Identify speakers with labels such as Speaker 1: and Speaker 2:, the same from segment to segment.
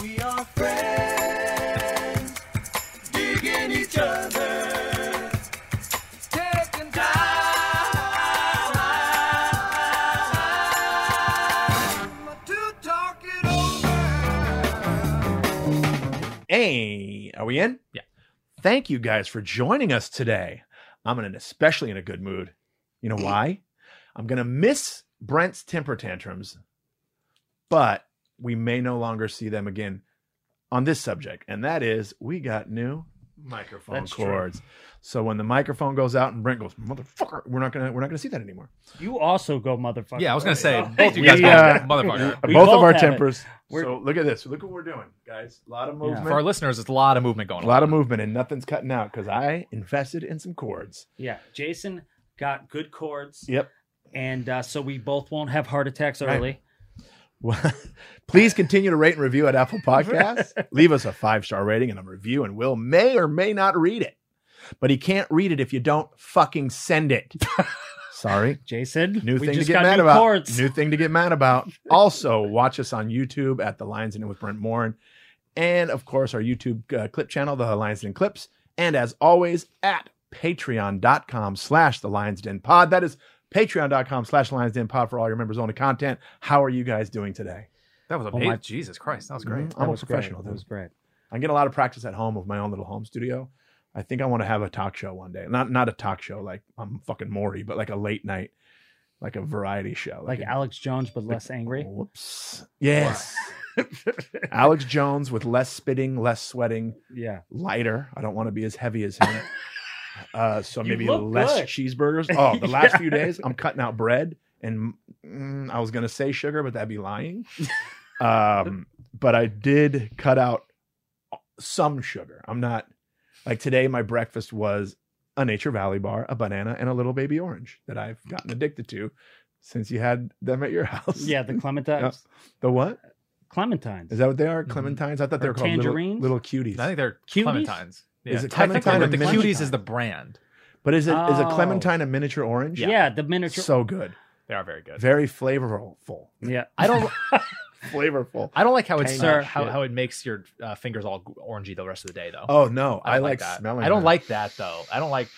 Speaker 1: We are friends, digging each other, taking time to talk it over.
Speaker 2: Hey, are we in?
Speaker 3: Yeah.
Speaker 2: Thank you guys for joining us today. I'm in an especially in a good mood. You know why? I'm gonna miss Brent's temper tantrums, but we may no longer see them again on this subject, and that is we got new microphone
Speaker 3: That's true.
Speaker 2: cords. So when the microphone goes out and Brent goes, motherfucker, we're not gonna we're not gonna see that anymore.
Speaker 4: You also go, motherfucker.
Speaker 3: Yeah, I was gonna say
Speaker 4: Right.
Speaker 3: both you
Speaker 2: We,
Speaker 3: guys,
Speaker 2: uh,
Speaker 3: motherfucker.
Speaker 4: We
Speaker 2: both, of
Speaker 4: both
Speaker 2: our
Speaker 4: have it.
Speaker 2: tempers.
Speaker 4: We're-
Speaker 2: So look at this. Look what we're doing, guys. A lot of
Speaker 4: Yeah.
Speaker 2: movement.
Speaker 3: For our listeners, it's a lot of movement going
Speaker 2: a
Speaker 3: on.
Speaker 2: lot of movement and nothing's cutting out because I invested in some cords.
Speaker 4: Yeah, Jason got good chords.
Speaker 2: Yep.
Speaker 4: And uh, so we both won't have heart attacks
Speaker 2: Right.
Speaker 4: early.
Speaker 2: Well, Please continue to rate and review at Apple Podcasts. Leave us a five star rating and a review, and Will may or may not read it. But he can't read it if you don't fucking send it. Sorry.
Speaker 4: Jason,
Speaker 2: New
Speaker 4: we
Speaker 2: thing to
Speaker 4: just
Speaker 2: get
Speaker 4: got
Speaker 2: mad
Speaker 4: new
Speaker 2: about.
Speaker 4: chords.
Speaker 2: New thing to get mad about. Also, watch us on YouTube at The Lions and with Brent Morin. And of course, our YouTube uh, clip channel, The Lions Den Clips. And as always, at patreon.com slash The Lions Den Pod. That is patreon.com slash Lions Den Pod for all your members only content. How are you guys doing today?
Speaker 3: That was
Speaker 4: Oh,
Speaker 3: amazing.
Speaker 4: my-
Speaker 3: Jesus Christ, that was great.
Speaker 2: Mhm. I'm a professional.
Speaker 4: Great. That was great.
Speaker 2: I get a lot of practice at home with my own little home studio. I think I want to have a talk show one day. Not not a talk show like I'm fucking Maury, but like a late night, like a variety show.
Speaker 4: Like
Speaker 2: a-
Speaker 4: Alex Jones, but less angry.
Speaker 2: Whoops. Yes. Alex Jones with less spitting, less sweating,
Speaker 4: Yeah.
Speaker 2: lighter. I don't want to be as heavy as him. Uh, so
Speaker 4: You
Speaker 2: maybe
Speaker 4: look
Speaker 2: less
Speaker 4: good.
Speaker 2: cheeseburgers. Oh, the last
Speaker 4: Yeah.
Speaker 2: few days I'm cutting out bread, and mm, I was gonna say sugar, but that'd be lying. um, but I did cut out some sugar. I'm not like today. My breakfast was a Nature Valley bar, a banana, and a little baby orange that I've gotten addicted to since you had them at your house.
Speaker 4: Yeah, the Clementines.
Speaker 2: The what?
Speaker 4: Clementines.
Speaker 2: Is that what they are?
Speaker 3: Mhm.
Speaker 2: Clementines? I thought they
Speaker 4: Mm-hmm. Or
Speaker 2: were called little,
Speaker 4: tangerines?
Speaker 2: little cuties.
Speaker 3: I think they're
Speaker 4: Cuties?
Speaker 3: clementines. Yeah.
Speaker 2: Is it
Speaker 3: Technically,
Speaker 2: clementine or
Speaker 3: the
Speaker 2: mini-
Speaker 3: cuties is the brand.
Speaker 2: but is it is a
Speaker 4: Oh.
Speaker 2: clementine a miniature orange?
Speaker 4: yeah. the miniature.
Speaker 2: So good.
Speaker 3: They are very good.
Speaker 2: Very flavorful.
Speaker 4: yeah.
Speaker 3: I don't.
Speaker 2: Flavorful.
Speaker 3: I don't like how it's
Speaker 4: Tangy
Speaker 3: uh, how,
Speaker 2: shit.
Speaker 3: how it makes your uh, fingers all orangey the rest of the day though.
Speaker 2: Oh no, I,
Speaker 3: don't
Speaker 2: like,
Speaker 3: that.
Speaker 2: smelling.
Speaker 3: I don't
Speaker 2: that.
Speaker 3: like that though. I don't like.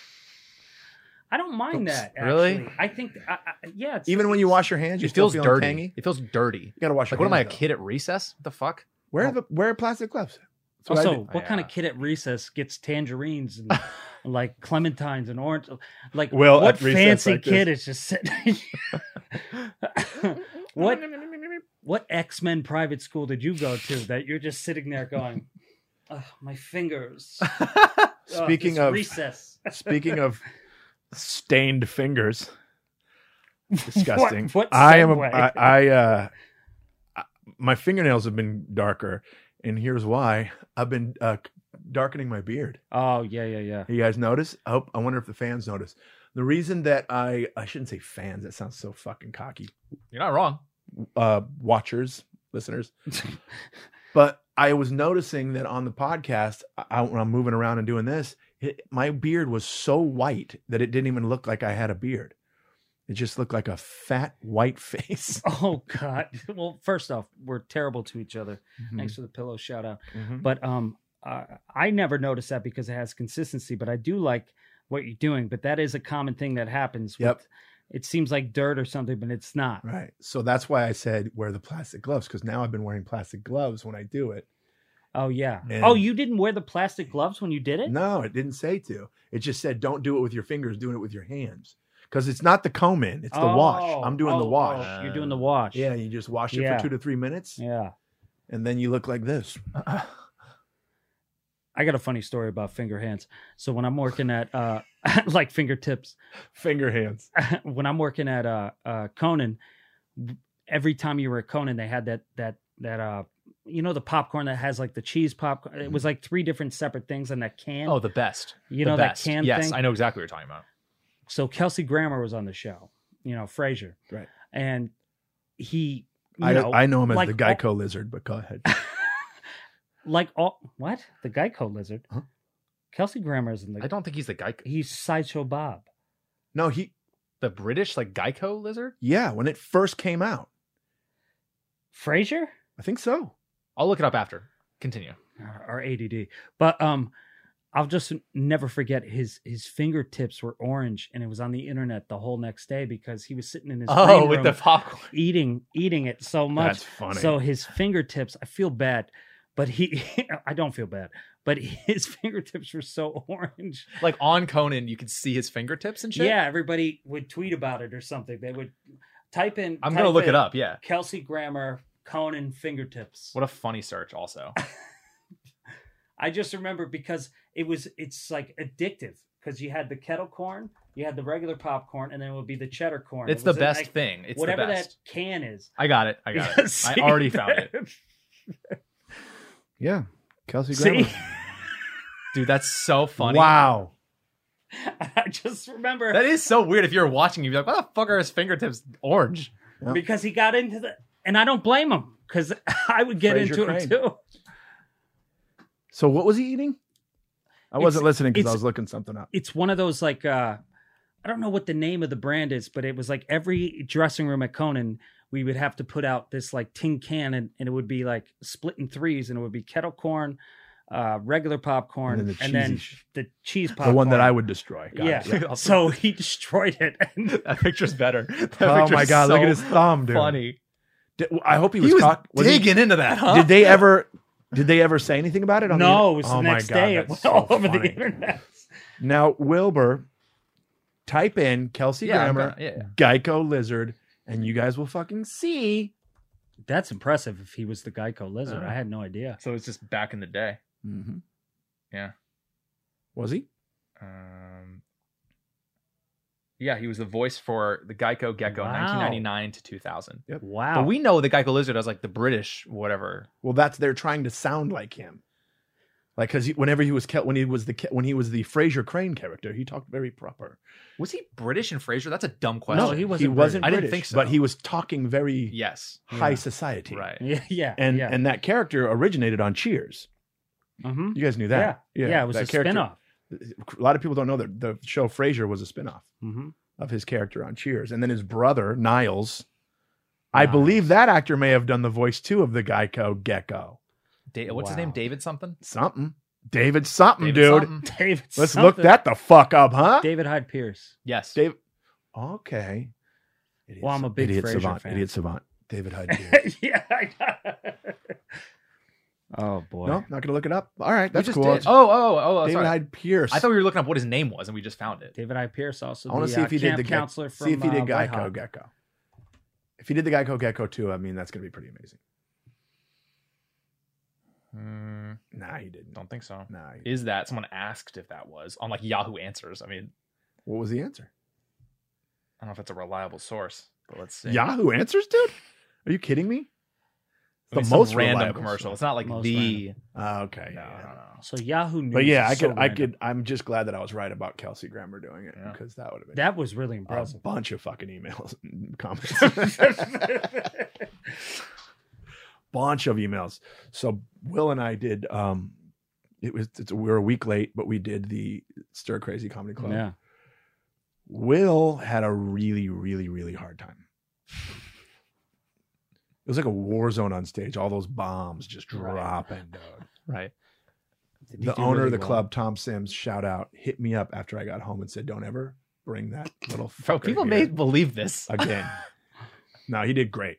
Speaker 4: I don't mind that. Actually.
Speaker 3: Really?
Speaker 4: I think, I, I, yeah. It's,
Speaker 2: even when you wash your hands, you
Speaker 3: It feels
Speaker 2: still feel
Speaker 3: dirty.
Speaker 2: tangy. You
Speaker 3: It feels dirty.
Speaker 2: gotta wash
Speaker 3: Like,
Speaker 2: your
Speaker 3: what am I, a
Speaker 2: hands. though.
Speaker 3: kid at recess? What the fuck?
Speaker 2: Wear the wear plastic gloves. That's what I
Speaker 4: Also,
Speaker 2: do.
Speaker 4: what kind of
Speaker 3: Yeah.
Speaker 4: kid at recess gets tangerines and like clementines and orange? Like,
Speaker 2: Well,
Speaker 4: what
Speaker 2: at recess
Speaker 4: fancy
Speaker 2: like this-
Speaker 4: kid is just sitting? what what X Men private school did you go to that you're just sitting there going, Ugh, my fingers? Ugh,
Speaker 2: Speaking
Speaker 4: this
Speaker 2: of
Speaker 4: recess,
Speaker 2: speaking of stained fingers, disgusting.
Speaker 4: what
Speaker 2: I am. A,
Speaker 4: segue?
Speaker 2: I, I uh, I- my fingernails have been darker, and here's why. I've been uh, darkening my beard.
Speaker 4: oh yeah, yeah, yeah.
Speaker 2: You guys notice? I hope. I wonder if the fans notice. The reason that I I shouldn't say fans. That sounds so fucking cocky.
Speaker 3: You're not wrong.
Speaker 2: uh, watchers, listeners. but I was noticing that on the podcast, I, when I'm moving around and doing this, it, my beard was so white that it didn't even look like I had a beard. It just looked like a fat white face.
Speaker 4: Oh god. Well, first off, we're terrible to each other. Thanks for the pillow shout out. But um, uh, I never noticed that because it has consistency. But I do like what you're doing. But that is a common thing that happens.
Speaker 2: Yep.
Speaker 4: With, it seems like dirt or something, but it's not.
Speaker 2: Right. So that's why I said wear the plastic gloves because now I've been wearing plastic gloves when I do it.
Speaker 4: Oh yeah.
Speaker 2: And-
Speaker 4: oh, you didn't wear the plastic gloves when you did it?
Speaker 2: No, it didn't say to. It just said don't do it with your fingers, doing it with your hands because it's not the comb in, it's the wash.
Speaker 4: Oh,
Speaker 2: I'm doing the
Speaker 4: oh,
Speaker 2: wash.
Speaker 4: oh, you're doing the wash.
Speaker 2: Yeah, you just wash it
Speaker 4: Yeah.
Speaker 2: for two to three minutes.
Speaker 4: Yeah.
Speaker 2: and then you look like this.
Speaker 4: I got a funny story about finger hands. So when I'm working at uh like fingertips,
Speaker 2: Finger hands.
Speaker 4: when I'm working at uh uh Conan, every time you were at Conan, they had that that that uh you know the popcorn that has like the cheese popcorn. It was like three different separate things in that can.
Speaker 3: Mm-hmm. Oh, the best.
Speaker 4: you
Speaker 3: The
Speaker 4: know
Speaker 3: best.
Speaker 4: that can
Speaker 3: Yes,
Speaker 4: thing.
Speaker 3: I know exactly what you're talking about.
Speaker 4: So Kelsey Grammer was on the show. You know Frasier.
Speaker 2: Right.
Speaker 4: And he, you
Speaker 2: I,
Speaker 4: know,
Speaker 2: I know him as
Speaker 4: like
Speaker 2: the
Speaker 4: all-
Speaker 2: Geico lizard, but go ahead.
Speaker 4: like all what the Geico lizard.
Speaker 2: Huh?
Speaker 4: Kelsey Grammer is in
Speaker 3: I
Speaker 4: the.
Speaker 3: don't think he's the Geico,
Speaker 4: He's sideshow Bob.
Speaker 2: No, he
Speaker 3: the British like Geico lizard.
Speaker 2: yeah, when it first came out.
Speaker 4: Frasier?
Speaker 2: I think so.
Speaker 3: I'll look it up after. Continue.
Speaker 4: or ADD. But um, I'll just never forget his his fingertips were orange, and it was on the internet the whole next day because he was sitting in his
Speaker 3: Oh,
Speaker 4: green
Speaker 3: with the
Speaker 4: room
Speaker 3: popcorn.
Speaker 4: eating eating it so much.
Speaker 2: That's funny.
Speaker 4: So his fingertips, I feel bad, but he I don't feel bad, but his fingertips were so orange.
Speaker 3: Like on Conan, you could see his fingertips and shit.
Speaker 4: Yeah, everybody would tweet about it or something. They would type in.
Speaker 3: I'm gonna
Speaker 4: type
Speaker 3: look
Speaker 4: in
Speaker 3: it up. Yeah.
Speaker 4: Kelsey Grammer Conan fingertips.
Speaker 3: What a funny search. Also,
Speaker 4: I just remember because it was it's like addictive because you had the kettle corn, you had the regular popcorn, and then it would be the cheddar corn.
Speaker 3: it's
Speaker 4: It
Speaker 3: the
Speaker 4: was in,
Speaker 3: best
Speaker 4: like,
Speaker 3: thing. It's the
Speaker 4: whatever
Speaker 3: best.
Speaker 4: that can is.
Speaker 3: I got it. I got it. I already found it,
Speaker 2: yeah, Kelsey Grammer.
Speaker 4: See,
Speaker 3: dude. That's so funny.
Speaker 2: Wow.
Speaker 4: I just remember
Speaker 3: That is so weird. If you're watching, you'd be like, "What the fuck are his fingertips orange?"
Speaker 2: Yeah.
Speaker 4: because he got into the, and I don't blame him because I would get
Speaker 2: Fraser
Speaker 4: into
Speaker 2: Crane.
Speaker 4: it too.
Speaker 2: So what was he eating? I
Speaker 4: It's-
Speaker 2: wasn't listening because I
Speaker 4: it's-
Speaker 2: was looking something up.
Speaker 4: It's one of those like uh I don't know what the name of the brand is, but it was like every dressing room at Conan we would have to put out this like tin can and, and it would be like split in threes and it would be kettle corn, uh, regular popcorn, and then
Speaker 2: cheesy
Speaker 4: the,
Speaker 2: sh-
Speaker 4: cheese popcorn.
Speaker 2: the one that I would destroy. Got it.
Speaker 4: yeah.
Speaker 3: yeah.
Speaker 4: So he destroyed it. And
Speaker 3: That picture's better. That
Speaker 2: Oh my
Speaker 3: picture's
Speaker 2: god! look
Speaker 3: so
Speaker 2: at his thumb, dude.
Speaker 3: Funny.
Speaker 2: Did- I hope he
Speaker 3: He
Speaker 2: was,
Speaker 3: was,
Speaker 2: cock- was he-
Speaker 3: digging into that, huh?
Speaker 2: Did they ever? Did they ever say anything about it? On
Speaker 4: no,
Speaker 2: the,
Speaker 4: it was
Speaker 2: oh
Speaker 4: the
Speaker 2: my
Speaker 4: next
Speaker 2: God,
Speaker 4: day. It
Speaker 2: that's
Speaker 4: went
Speaker 2: so
Speaker 4: all over the
Speaker 2: funny.
Speaker 4: internet.
Speaker 2: Now Wilbur, type in Kelsey
Speaker 3: yeah, I'm
Speaker 2: Grammer,
Speaker 3: gonna- yeah, yeah.
Speaker 2: Geico Lizard, and you guys will fucking see.
Speaker 4: That's impressive if he was the Geico lizard. I had no idea.
Speaker 3: So it's just back in the day.
Speaker 2: Uh-huh. Mm-hmm.
Speaker 3: Yeah.
Speaker 2: Was he?
Speaker 3: Um, yeah, he was the voice for the Geico Gecko,
Speaker 4: Wow.
Speaker 3: 1999 to 2000.
Speaker 4: Wow.
Speaker 3: But we know the Geico Lizard as like the British whatever.
Speaker 2: Well, that's they're trying to sound like him, like because whenever he was Kel- when he was the Ke- when he was the Fraser Crane character, he talked very proper.
Speaker 3: Was he British in Frasier? That's a dumb question.
Speaker 4: No, he wasn't
Speaker 2: He wasn't.
Speaker 3: I didn't
Speaker 2: British,
Speaker 3: think so.
Speaker 2: but he was talking very
Speaker 3: Yes.
Speaker 2: high
Speaker 4: Yeah.
Speaker 2: society,
Speaker 3: Right.
Speaker 4: yeah, yeah.
Speaker 2: And
Speaker 4: yeah.
Speaker 2: and that character originated on Cheers.
Speaker 4: Mhm.
Speaker 2: You guys knew that,
Speaker 4: yeah, it was
Speaker 2: that
Speaker 4: a spinoff.
Speaker 2: A lot of people don't know that the show Frasier was a spinoff
Speaker 4: Mm-hmm.
Speaker 2: of his character on Cheers, and then his brother Niles. I
Speaker 4: Niles.
Speaker 2: believe that actor may have done the voice too of the Geico Gecko.
Speaker 3: Da- what's his
Speaker 4: Wow.
Speaker 3: name? David something?
Speaker 2: Something, David something,
Speaker 3: David
Speaker 2: dude.
Speaker 3: something?
Speaker 4: David.
Speaker 2: Let's look
Speaker 4: something.
Speaker 2: that the fuck up, huh?
Speaker 4: David Hyde Pierce.
Speaker 3: Yes.
Speaker 2: Dave. Okay. Idiot,
Speaker 4: Well, I'm a big
Speaker 2: idiot
Speaker 4: Frasier
Speaker 2: savant.
Speaker 4: fan.
Speaker 2: Idiot savant. David Hyde. Pierce.
Speaker 4: yeah. I got- oh boy.
Speaker 2: no, not gonna look it up. All right, that's
Speaker 3: we just
Speaker 2: cool.
Speaker 3: did. Oh, oh, oh, oh
Speaker 2: David
Speaker 3: sorry.
Speaker 2: Hyde Pierce.
Speaker 3: I thought we were looking up what his name was, and we just found it.
Speaker 4: David Hyde Pierce also.
Speaker 2: I wanna
Speaker 4: the,
Speaker 2: see
Speaker 4: uh,
Speaker 2: if he did
Speaker 4: camp
Speaker 2: the Ge-
Speaker 4: counselor from.
Speaker 2: See if he did
Speaker 4: uh, White
Speaker 2: Geico
Speaker 4: Hawk.
Speaker 2: Gecko. If he did the Geico Gecko too, I mean that's gonna be pretty amazing.
Speaker 3: Mm,
Speaker 2: Nah, he didn't.
Speaker 3: don't think so.
Speaker 2: Nah. he-
Speaker 3: Is that someone asked if that was on like Yahoo Answers? I mean,
Speaker 2: What was the answer?
Speaker 3: I don't know if it's a reliable source, but let's see.
Speaker 2: Yahoo Answers, dude. Are you kidding me?
Speaker 3: I mean,
Speaker 2: the
Speaker 3: some
Speaker 2: most
Speaker 3: random
Speaker 2: reliable
Speaker 3: commercial.
Speaker 2: source.
Speaker 3: It's not like
Speaker 4: Most
Speaker 3: the.
Speaker 2: Ah, okay.
Speaker 3: No,
Speaker 2: yeah.
Speaker 3: no, no.
Speaker 4: So Yahoo News.
Speaker 2: But yeah,
Speaker 4: is
Speaker 2: I
Speaker 4: so
Speaker 2: could. I
Speaker 4: random.
Speaker 2: could. I'm just glad that I was right about Kelsey Grammer doing it
Speaker 3: Yeah.
Speaker 2: because that would have been
Speaker 4: That was really
Speaker 2: a
Speaker 4: impressive.
Speaker 2: bunch of fucking emails, and comments. bunch of emails. So Will and I did. Um, it was it's, we were a week late, but we did the Stir Crazy Comedy Club.
Speaker 4: yeah.
Speaker 2: Will had a really, really, really hard time. It was like a war zone on stage. All those bombs just
Speaker 4: Right.
Speaker 2: dropping, dog.
Speaker 3: Right.
Speaker 4: Did he
Speaker 2: The
Speaker 4: do
Speaker 2: owner
Speaker 4: really
Speaker 2: of the
Speaker 4: well?
Speaker 2: club, Tom Sims, shout out, hit me up after I got home and said, "Don't ever bring that little."
Speaker 3: Bro,
Speaker 2: fucker
Speaker 3: people
Speaker 2: here."
Speaker 3: may believe this.
Speaker 2: again. no, he did great.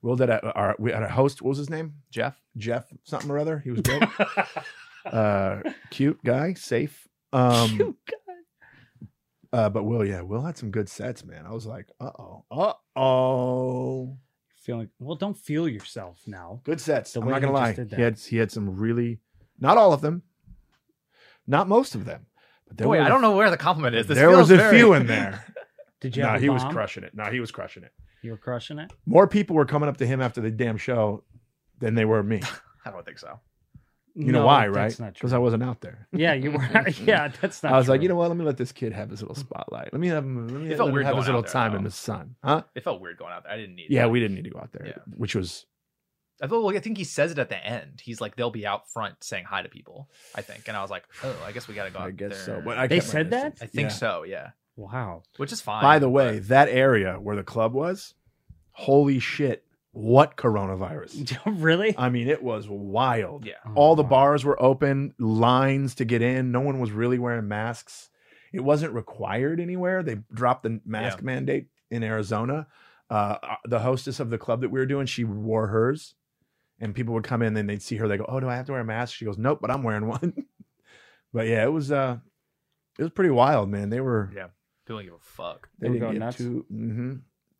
Speaker 2: Will did a, our we had a host. What was his name?
Speaker 3: Jeff?
Speaker 2: Jeff something or other. He was great. uh, cute guy, safe. Um,
Speaker 4: Cute
Speaker 2: Uh, but Will, yeah, Will had some good sets, man. I was like, uh oh, uh oh,
Speaker 4: Feeling well. Don't feel yourself now.
Speaker 2: good sets.
Speaker 4: The
Speaker 2: I'm
Speaker 4: way
Speaker 2: not gonna
Speaker 4: he
Speaker 2: lie,
Speaker 4: just
Speaker 2: he
Speaker 4: did that.
Speaker 2: had he had some really, not all of them, not most of them. But there
Speaker 3: Boy,
Speaker 2: were
Speaker 3: I
Speaker 2: a-
Speaker 3: don't know where the compliment is. This
Speaker 2: there
Speaker 3: feels
Speaker 2: was a
Speaker 3: very-
Speaker 2: few in there.
Speaker 4: Did you?
Speaker 2: no,
Speaker 4: have a
Speaker 2: he was
Speaker 4: bomb?
Speaker 2: crushing it. No, he was crushing it.
Speaker 4: You were crushing it.
Speaker 2: More people were coming up to him after the damn show than they were me.
Speaker 3: I don't think so.
Speaker 2: You know why, right?
Speaker 4: That's not true.
Speaker 2: Because I wasn't out there.
Speaker 4: yeah, you were. Yeah, that's not.
Speaker 2: I was like,
Speaker 4: true.
Speaker 2: you know what? Let me let this kid have his little spotlight. Let me have him. Let me
Speaker 3: It felt
Speaker 2: let him
Speaker 3: weird
Speaker 2: have his
Speaker 3: going out
Speaker 2: little
Speaker 3: there,
Speaker 2: time in
Speaker 3: though.
Speaker 2: the sun, huh?
Speaker 3: It felt weird going out there. I didn't need.
Speaker 2: Yeah,
Speaker 3: that.
Speaker 2: we didn't need to go out there,
Speaker 3: Yeah.
Speaker 2: which was
Speaker 3: I feel like I think he says it at the end. He's like, they'll be out front saying hi to people. I think, and I was like, oh, I guess we gotta go.
Speaker 2: I
Speaker 3: out
Speaker 2: guess
Speaker 3: there.
Speaker 2: so. But I
Speaker 4: They
Speaker 2: kept my
Speaker 4: said that?
Speaker 2: distance.
Speaker 3: I think
Speaker 2: Yeah.
Speaker 3: so. Yeah,
Speaker 4: Wow.
Speaker 3: which is fine.
Speaker 2: By the
Speaker 3: but-
Speaker 2: way, that area where the club was, holy shit! what coronavirus.
Speaker 4: really?
Speaker 2: I mean, it was wild.
Speaker 3: Yeah.
Speaker 4: Oh,
Speaker 2: All the
Speaker 4: wow.
Speaker 2: bars were open, lines to get in. No one was really wearing masks. It wasn't required anywhere. They dropped the mask mandate in Arizona. Uh, the hostess of the club that we were doing, she wore hers, and people would come in and they'd see her. They go, "Oh, do I have to wear a mask?" She goes, "Nope, but I'm wearing one." but yeah, it was uh, it was pretty wild, man. They were
Speaker 3: Yeah. People don't give a fuck.
Speaker 2: they
Speaker 4: They were
Speaker 2: didn't
Speaker 4: going
Speaker 2: give
Speaker 4: nuts.
Speaker 2: two mm-hmm,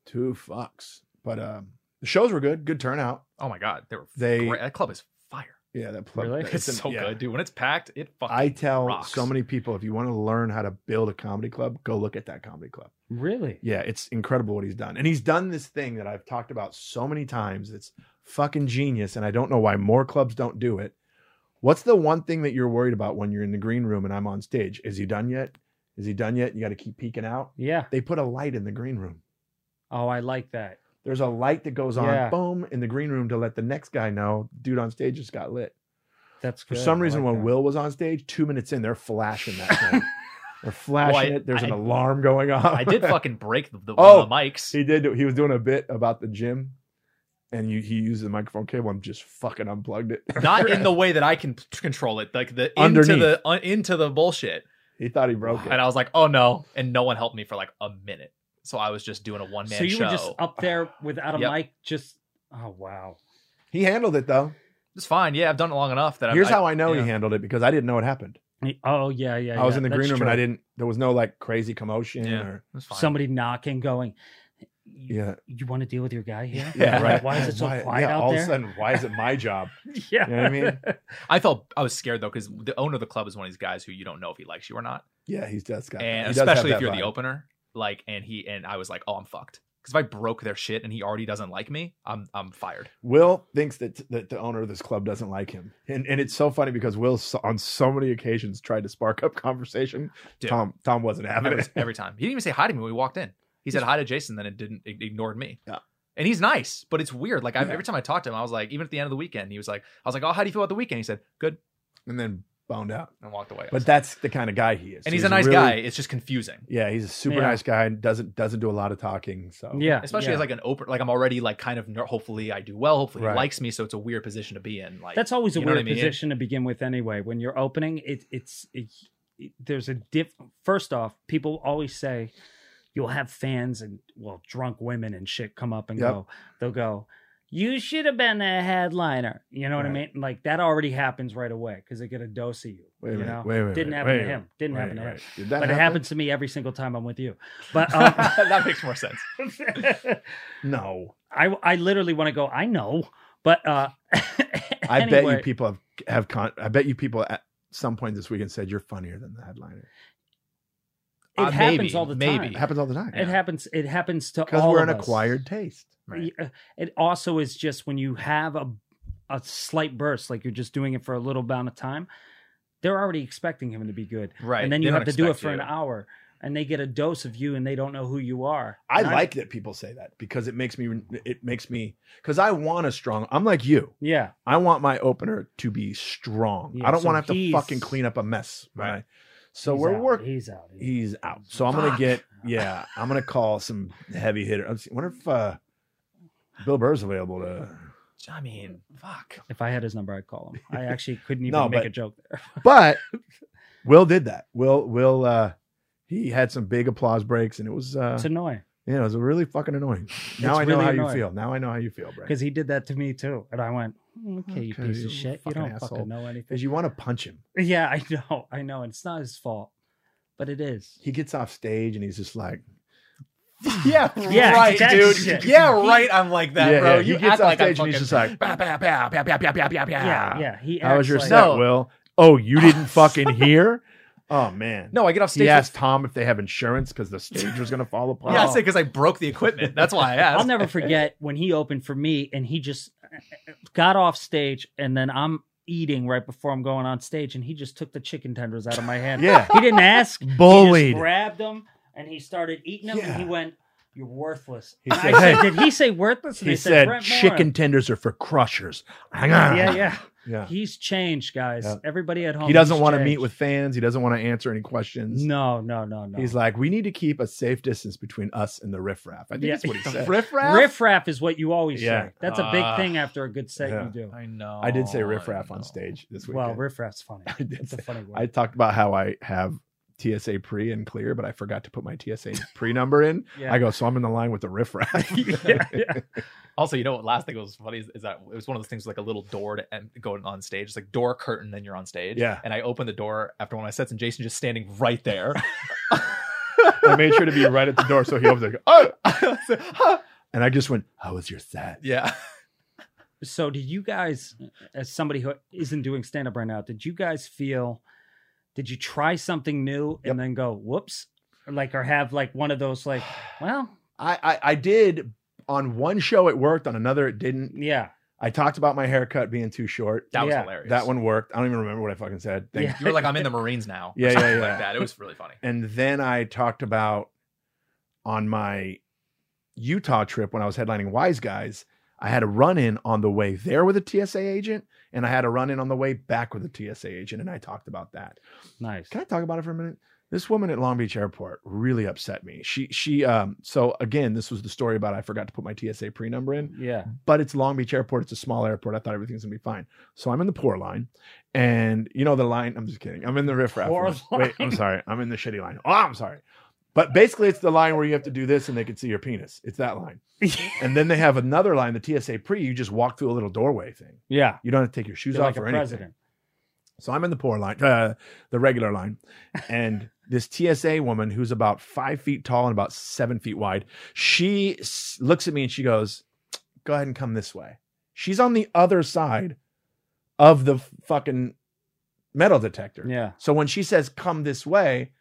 Speaker 2: two fucks, but uh, the shows were good. Good turnout.
Speaker 3: Oh my god, they were
Speaker 2: They-
Speaker 3: great. that club is fire.
Speaker 2: Yeah, that plug.
Speaker 4: Really?
Speaker 2: that-
Speaker 3: It's,
Speaker 2: an-
Speaker 3: so
Speaker 2: yeah.
Speaker 3: good, dude. When it's packed, it fucking
Speaker 2: I tell
Speaker 3: rocks.
Speaker 2: so many people if you want to learn how to build a comedy club, go look at that comedy club.
Speaker 4: Really?
Speaker 2: Yeah, it's incredible what he's done. And he's done this thing that I've talked about so many times. It's fucking genius. And I don't know why more clubs don't do it. What's the one thing that you're worried about when you're in the green room and I'm on stage? Is he done yet? Is he done yet? You got to keep peeking out.
Speaker 4: Yeah.
Speaker 2: They put a light in the green room.
Speaker 4: Oh, I like that.
Speaker 2: There's a light that goes on,
Speaker 4: Yeah.
Speaker 2: boom, in the green room to let the next guy know, dude on stage just got lit.
Speaker 4: That's
Speaker 2: For
Speaker 4: good.
Speaker 2: some
Speaker 4: I
Speaker 2: reason,
Speaker 4: like
Speaker 2: when
Speaker 4: that.
Speaker 2: Will was on stage, two minutes in, they're flashing that thing. they're flashing
Speaker 3: Well, I-
Speaker 2: it. There's an
Speaker 3: I-
Speaker 2: alarm going off.
Speaker 3: I did fucking break the, the,
Speaker 2: Oh.
Speaker 3: one of the mics.
Speaker 2: he did. He was doing a bit about the gym, and you, he used the microphone cable and just fucking unplugged it.
Speaker 3: Not in the way that I can p- control it, like the into
Speaker 2: Underneath.
Speaker 3: the un, into the bullshit.
Speaker 2: he thought he broke it.
Speaker 3: And I was like, oh no, and no one helped me for like a minute. So I was just doing a one Oh, man
Speaker 4: So you
Speaker 3: show.
Speaker 4: were just um, up there without a
Speaker 3: Yep.
Speaker 4: mic, just oh wow.
Speaker 2: He handled it though.
Speaker 3: It's fine. Yeah, I've done it long enough that I'm.
Speaker 2: Here's how I know
Speaker 3: yeah.
Speaker 2: he handled it because I didn't know what happened.
Speaker 4: Oh yeah, yeah.
Speaker 2: I was
Speaker 4: yeah,
Speaker 2: in the
Speaker 4: that's
Speaker 2: green room and
Speaker 4: true.
Speaker 2: I didn't. There was no like crazy commotion
Speaker 3: Yeah.
Speaker 2: or
Speaker 3: It's fine.
Speaker 4: Somebody knocking, going, "You,
Speaker 2: yeah,
Speaker 4: you want to deal with your guy here?
Speaker 2: yeah.
Speaker 4: Like,
Speaker 2: Right.
Speaker 4: Why is it so
Speaker 2: Why-
Speaker 4: quiet
Speaker 2: yeah,
Speaker 4: out
Speaker 2: all
Speaker 4: there?
Speaker 2: of a sudden, why is it my job?
Speaker 4: yeah.
Speaker 2: You know what I mean?
Speaker 3: I felt I was scared though because the owner of the club is one of these guys who you don't know if he likes you or not,
Speaker 2: Yeah, he's just got.
Speaker 3: and
Speaker 2: he does have
Speaker 3: especially if
Speaker 2: that
Speaker 3: you're the
Speaker 2: vibe.
Speaker 3: opener. Like, and he and I was like, oh, I'm fucked because if I broke their shit and he already doesn't like me, I'm I'm fired.
Speaker 2: Will thinks that that the owner of this club doesn't like him, and and it's so funny because Will so- on so many occasions tried to spark up conversation.
Speaker 3: Dude.
Speaker 2: Tom Tom wasn't having
Speaker 3: every,
Speaker 2: it.
Speaker 3: every time. He didn't even say hi to me when we walked in. He said hi to Jason, then it didn't it ignored me.
Speaker 2: Yeah.
Speaker 3: And he's nice, but it's weird. Like I,
Speaker 2: Yeah.
Speaker 3: every time I talked to him, I was like, even at the end of the weekend, he was like, I was like, oh, how do you feel about the weekend? He said, good,
Speaker 2: and then boned out.
Speaker 3: and walked away. I was
Speaker 2: But that's the kind of guy he is.
Speaker 3: like- and he's, a nice
Speaker 2: really-
Speaker 3: guy. It's just confusing,
Speaker 2: Yeah, he's a super
Speaker 4: Yeah.
Speaker 2: nice guy and doesn't doesn't do a lot of talking. So
Speaker 4: Yeah,
Speaker 3: especially
Speaker 4: yeah.
Speaker 3: as like an open. Like I'm already like kind of. ner- Hopefully, I do well. Hopefully,
Speaker 2: Right.
Speaker 3: he likes me. So it's a weird position to be in. Like
Speaker 4: that's always a
Speaker 3: you know what
Speaker 4: weird
Speaker 3: I mean?
Speaker 4: position to begin with anyway when you're opening it it's it, it- there's a diff first off people always say you'll have fans and well drunk women and shit come up and
Speaker 2: Yep.
Speaker 4: go they'll go you should have been a headliner you know what i mean
Speaker 2: Right.
Speaker 4: like that already happens right away because they get a dose of you
Speaker 2: Wait a
Speaker 4: you
Speaker 2: minute.
Speaker 4: know?
Speaker 2: Wait a minute.
Speaker 4: didn't
Speaker 2: wait,
Speaker 4: happen
Speaker 2: wait
Speaker 4: to
Speaker 2: a
Speaker 4: him
Speaker 2: minute,
Speaker 4: didn't
Speaker 2: wait,
Speaker 4: happen to him
Speaker 2: wait. Did
Speaker 4: but
Speaker 2: that
Speaker 4: it
Speaker 2: happen?
Speaker 4: happens to me every single time i'm with you but um,
Speaker 3: that makes more sense.
Speaker 2: No,
Speaker 4: I, I literally want to go i know but uh
Speaker 2: I bet
Speaker 4: anyway.
Speaker 2: you people have have con- I bet you people at some point this weekend said you're funnier than the headliner.
Speaker 4: It
Speaker 3: Uh,
Speaker 4: happens
Speaker 3: maybe,
Speaker 4: all the
Speaker 3: maybe.
Speaker 2: It
Speaker 4: time.
Speaker 2: happens all the time
Speaker 4: It happens. It happens to
Speaker 2: because
Speaker 4: all
Speaker 2: we're
Speaker 4: of
Speaker 2: an
Speaker 4: us.
Speaker 2: acquired taste.
Speaker 3: Right.
Speaker 4: Yeah, It also is just when you have a a slight burst, like you're just doing it for a little amount of time. They're already expecting him to be good,
Speaker 3: Right.
Speaker 4: and then
Speaker 3: They
Speaker 4: you
Speaker 3: don't
Speaker 4: have to do it
Speaker 3: expect
Speaker 4: for an
Speaker 3: you.
Speaker 4: hour, and they get a dose of you, and they don't know who you are.
Speaker 2: I
Speaker 4: And
Speaker 2: like that people say that because it makes me it makes me because I want a strong. I'm like you.
Speaker 4: Yeah,
Speaker 2: I want my opener to be strong.
Speaker 4: Yeah,
Speaker 2: I don't
Speaker 4: so
Speaker 2: want to have to
Speaker 4: he's-
Speaker 2: fucking clean up a mess. Right.
Speaker 3: Right.
Speaker 2: So
Speaker 4: he's
Speaker 2: we're
Speaker 4: out,
Speaker 2: working.
Speaker 4: He's out.
Speaker 2: He's out. So I'm gonna
Speaker 4: Fuck.
Speaker 2: get. Yeah, I'm gonna call some heavy hitter. I wonder if uh, Bill Burr's available to.
Speaker 3: I mean, fuck.
Speaker 4: If I had his number, I'd call him. I actually couldn't even
Speaker 2: No,
Speaker 4: make
Speaker 2: but-
Speaker 4: a joke there.
Speaker 2: But Will did that. Will Will uh, he had some big applause breaks, and it was uh,
Speaker 4: It's annoying
Speaker 2: yeah, it was really fucking annoying. Now
Speaker 4: It's
Speaker 2: I know
Speaker 4: really
Speaker 2: how you
Speaker 4: annoying.
Speaker 2: feel. Now I know how you feel, Brad.
Speaker 4: because he did that to me too, and I went, "Mm, "Okay, you
Speaker 2: Okay,
Speaker 4: piece
Speaker 2: you
Speaker 4: of shit. You
Speaker 2: fucking
Speaker 4: don't
Speaker 2: asshole."
Speaker 4: fucking know anything."
Speaker 2: Because you want to punch him.
Speaker 4: Yeah, I know, I know. and It's not his fault, but it is.
Speaker 2: He gets off stage and he's just like, yeah,
Speaker 4: Yeah,
Speaker 3: right,
Speaker 4: that
Speaker 3: dude.
Speaker 4: shit.
Speaker 3: Yeah, right. I'm like that,
Speaker 2: Yeah,
Speaker 3: bro.
Speaker 2: yeah, he
Speaker 3: You
Speaker 2: gets
Speaker 3: act
Speaker 2: on
Speaker 3: like I'm
Speaker 2: stage and he's
Speaker 3: fucking
Speaker 2: just like,
Speaker 3: bah, bah, bah, bah, bah, bah, bah, bah, bah.
Speaker 4: Yeah, yeah. He
Speaker 2: how was
Speaker 4: acts
Speaker 2: your
Speaker 4: like-
Speaker 2: set,
Speaker 3: No.
Speaker 2: Will? Oh, you didn't fucking hear? Oh man,
Speaker 3: No, I get off stage.
Speaker 2: He
Speaker 3: with-
Speaker 2: asked Tom if they have insurance because the stage was going to fall apart.
Speaker 3: Yeah, I said because I broke the equipment. That's why I asked.
Speaker 4: I'll never forget when he opened for me and he just got off stage and then I'm eating right before I'm going on stage and he just took the chicken tenders out of my hand.
Speaker 2: Yeah.
Speaker 4: He didn't ask. He just
Speaker 2: Bullied.
Speaker 4: grabbed them and he started eating them and he
Speaker 2: Yeah.
Speaker 4: went, You're worthless.
Speaker 2: He
Speaker 4: And I
Speaker 2: said,
Speaker 4: said,
Speaker 2: "Hey."
Speaker 4: Did he say worthless? And
Speaker 2: He
Speaker 4: they
Speaker 2: said,
Speaker 4: "Brent Moore."
Speaker 2: chicken tenders are for crushers. Hang on.
Speaker 4: Yeah, yeah.
Speaker 2: Yeah.
Speaker 4: He's changed, guys.
Speaker 2: Yeah.
Speaker 4: Everybody at home.
Speaker 2: He doesn't
Speaker 4: he's
Speaker 2: want to
Speaker 4: changed.
Speaker 2: meet with fans. He doesn't want to answer any questions.
Speaker 4: No, no, no, no.
Speaker 2: He's like, we need to keep a safe distance between us and the riffraff. I think
Speaker 4: Yeah.
Speaker 2: that's what he
Speaker 3: The
Speaker 2: said.
Speaker 3: riffraff?
Speaker 4: riffraff is what you always
Speaker 2: Yeah.
Speaker 4: say. That's a big
Speaker 3: Ah.
Speaker 4: thing after a good set
Speaker 2: Yeah.
Speaker 4: you do.
Speaker 3: I know.
Speaker 2: I did say
Speaker 3: I
Speaker 2: riffraff
Speaker 3: know.
Speaker 2: on stage this week.
Speaker 4: Well, riffraff's funny.
Speaker 2: I did
Speaker 4: It's a
Speaker 2: say-
Speaker 4: funny word.
Speaker 2: I talked about how I have TSA pre and clear, but I forgot to put my TSA pre number in.
Speaker 4: yeah.
Speaker 2: I go, so I'm in the line with the riffraff.
Speaker 4: yeah, yeah.
Speaker 3: Also, you know what? Last thing that was funny is, is that it was one of those things with like a little door to en- go on stage. It's like door curtain, then you're on stage.
Speaker 2: Yeah.
Speaker 3: And I opened the door after one of my sets, and Jason just standing right there.
Speaker 2: I made sure to be right at the door, so he opens it. Oh,
Speaker 3: I said, "Huh?"
Speaker 2: and I just went, "How was your set?"
Speaker 3: yeah.
Speaker 4: So, did you guys, as somebody who isn't doing stand up right now, did you guys feel, did you try something new
Speaker 2: Yep.
Speaker 4: and then go, whoops? Or like, or have like one of those, like, well,
Speaker 2: I, I I did on one show it worked, on another it didn't.
Speaker 4: yeah.
Speaker 2: I talked about my haircut being too short.
Speaker 3: That was
Speaker 4: Yeah.
Speaker 3: hilarious.
Speaker 2: That one worked. I don't even remember what I fucking said. Thank-
Speaker 4: yeah.
Speaker 3: You were like, I'm in the Marines now. or
Speaker 2: Yeah, yeah,
Speaker 3: something
Speaker 2: yeah.
Speaker 3: Like that. It was really funny.
Speaker 2: And then I talked about on my Utah trip when I was headlining Wise Guys, I had a run in on the way there with a TSA agent, and I had a run in on the way back with a TSA agent, and I talked about that.
Speaker 4: nice.
Speaker 2: Can I talk about it for a minute? This woman at Long Beach Airport really upset me. She she um so again, this was the story about I forgot to put my TSA pre number in,
Speaker 4: Yeah.
Speaker 2: but it's Long Beach Airport, it's a small airport. I thought everything's gonna be fine. So I'm in the poor line, and you know the line. I'm just kidding. I'm in the riffraff.
Speaker 4: Poor
Speaker 2: line. Wait, I'm
Speaker 4: line.
Speaker 2: sorry. I'm in the shitty line. Oh, I'm sorry. But basically, it's the line where you have to do this and they can see your penis. It's that line. And then they have another line, the TSA pre. You just walk through a little doorway thing.
Speaker 4: yeah.
Speaker 2: You don't have to take your shoes
Speaker 4: You're
Speaker 2: off
Speaker 4: like a
Speaker 2: or anything.
Speaker 4: president.
Speaker 2: So I'm in the poor line, uh, the regular line, and this TSA woman who's about five feet tall and about seven feet wide, she s- looks at me and she goes, "Go ahead and come this way." She's on the other side of the fucking metal detector.
Speaker 4: Yeah.
Speaker 2: So when she says "come this way,"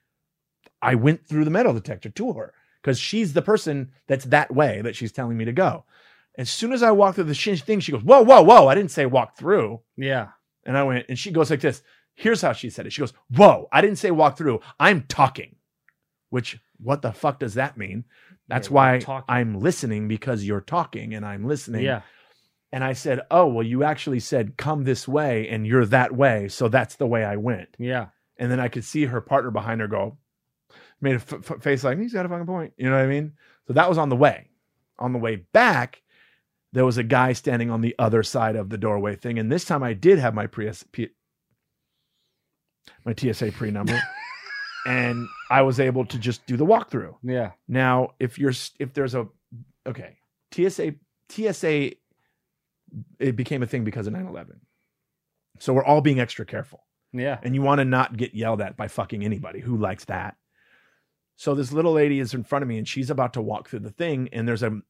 Speaker 2: I went through the metal detector to her because she's the person that's that way that she's telling me to go. As soon as I walk through the sh- thing, she goes, "Whoa, whoa, whoa!" I didn't say walk through.
Speaker 4: Yeah.
Speaker 2: And I went, and she goes like this. Here's how she said it. She goes, Whoa, I didn't say walk through. I'm talking. Which, what the fuck does that mean? That's
Speaker 4: Yeah,
Speaker 2: why
Speaker 4: talking.
Speaker 2: I'm listening because you're talking and I'm listening.
Speaker 4: Yeah.
Speaker 2: And I said, Oh, well, you actually said come this way and you're that way. So that's the way I went.
Speaker 4: Yeah.
Speaker 2: And then I could see her partner behind her go, made a f- f- face like, He's got a fucking point. You know what I mean? So that was on the way. On the way back, there was a guy standing on the other side of the doorway thing. And this time I did have my Prius, P, my TSA pre number. and I was able to just do the walkthrough.
Speaker 4: Yeah.
Speaker 2: Now, if you're s- if there's a okay, TSA TSA it became a thing because of 9/11. So we're all being extra careful
Speaker 4: Yeah.
Speaker 2: and you want to not get yelled at by fucking anybody who likes that. So this little lady is in front of me and she's about to walk through the thing and there's a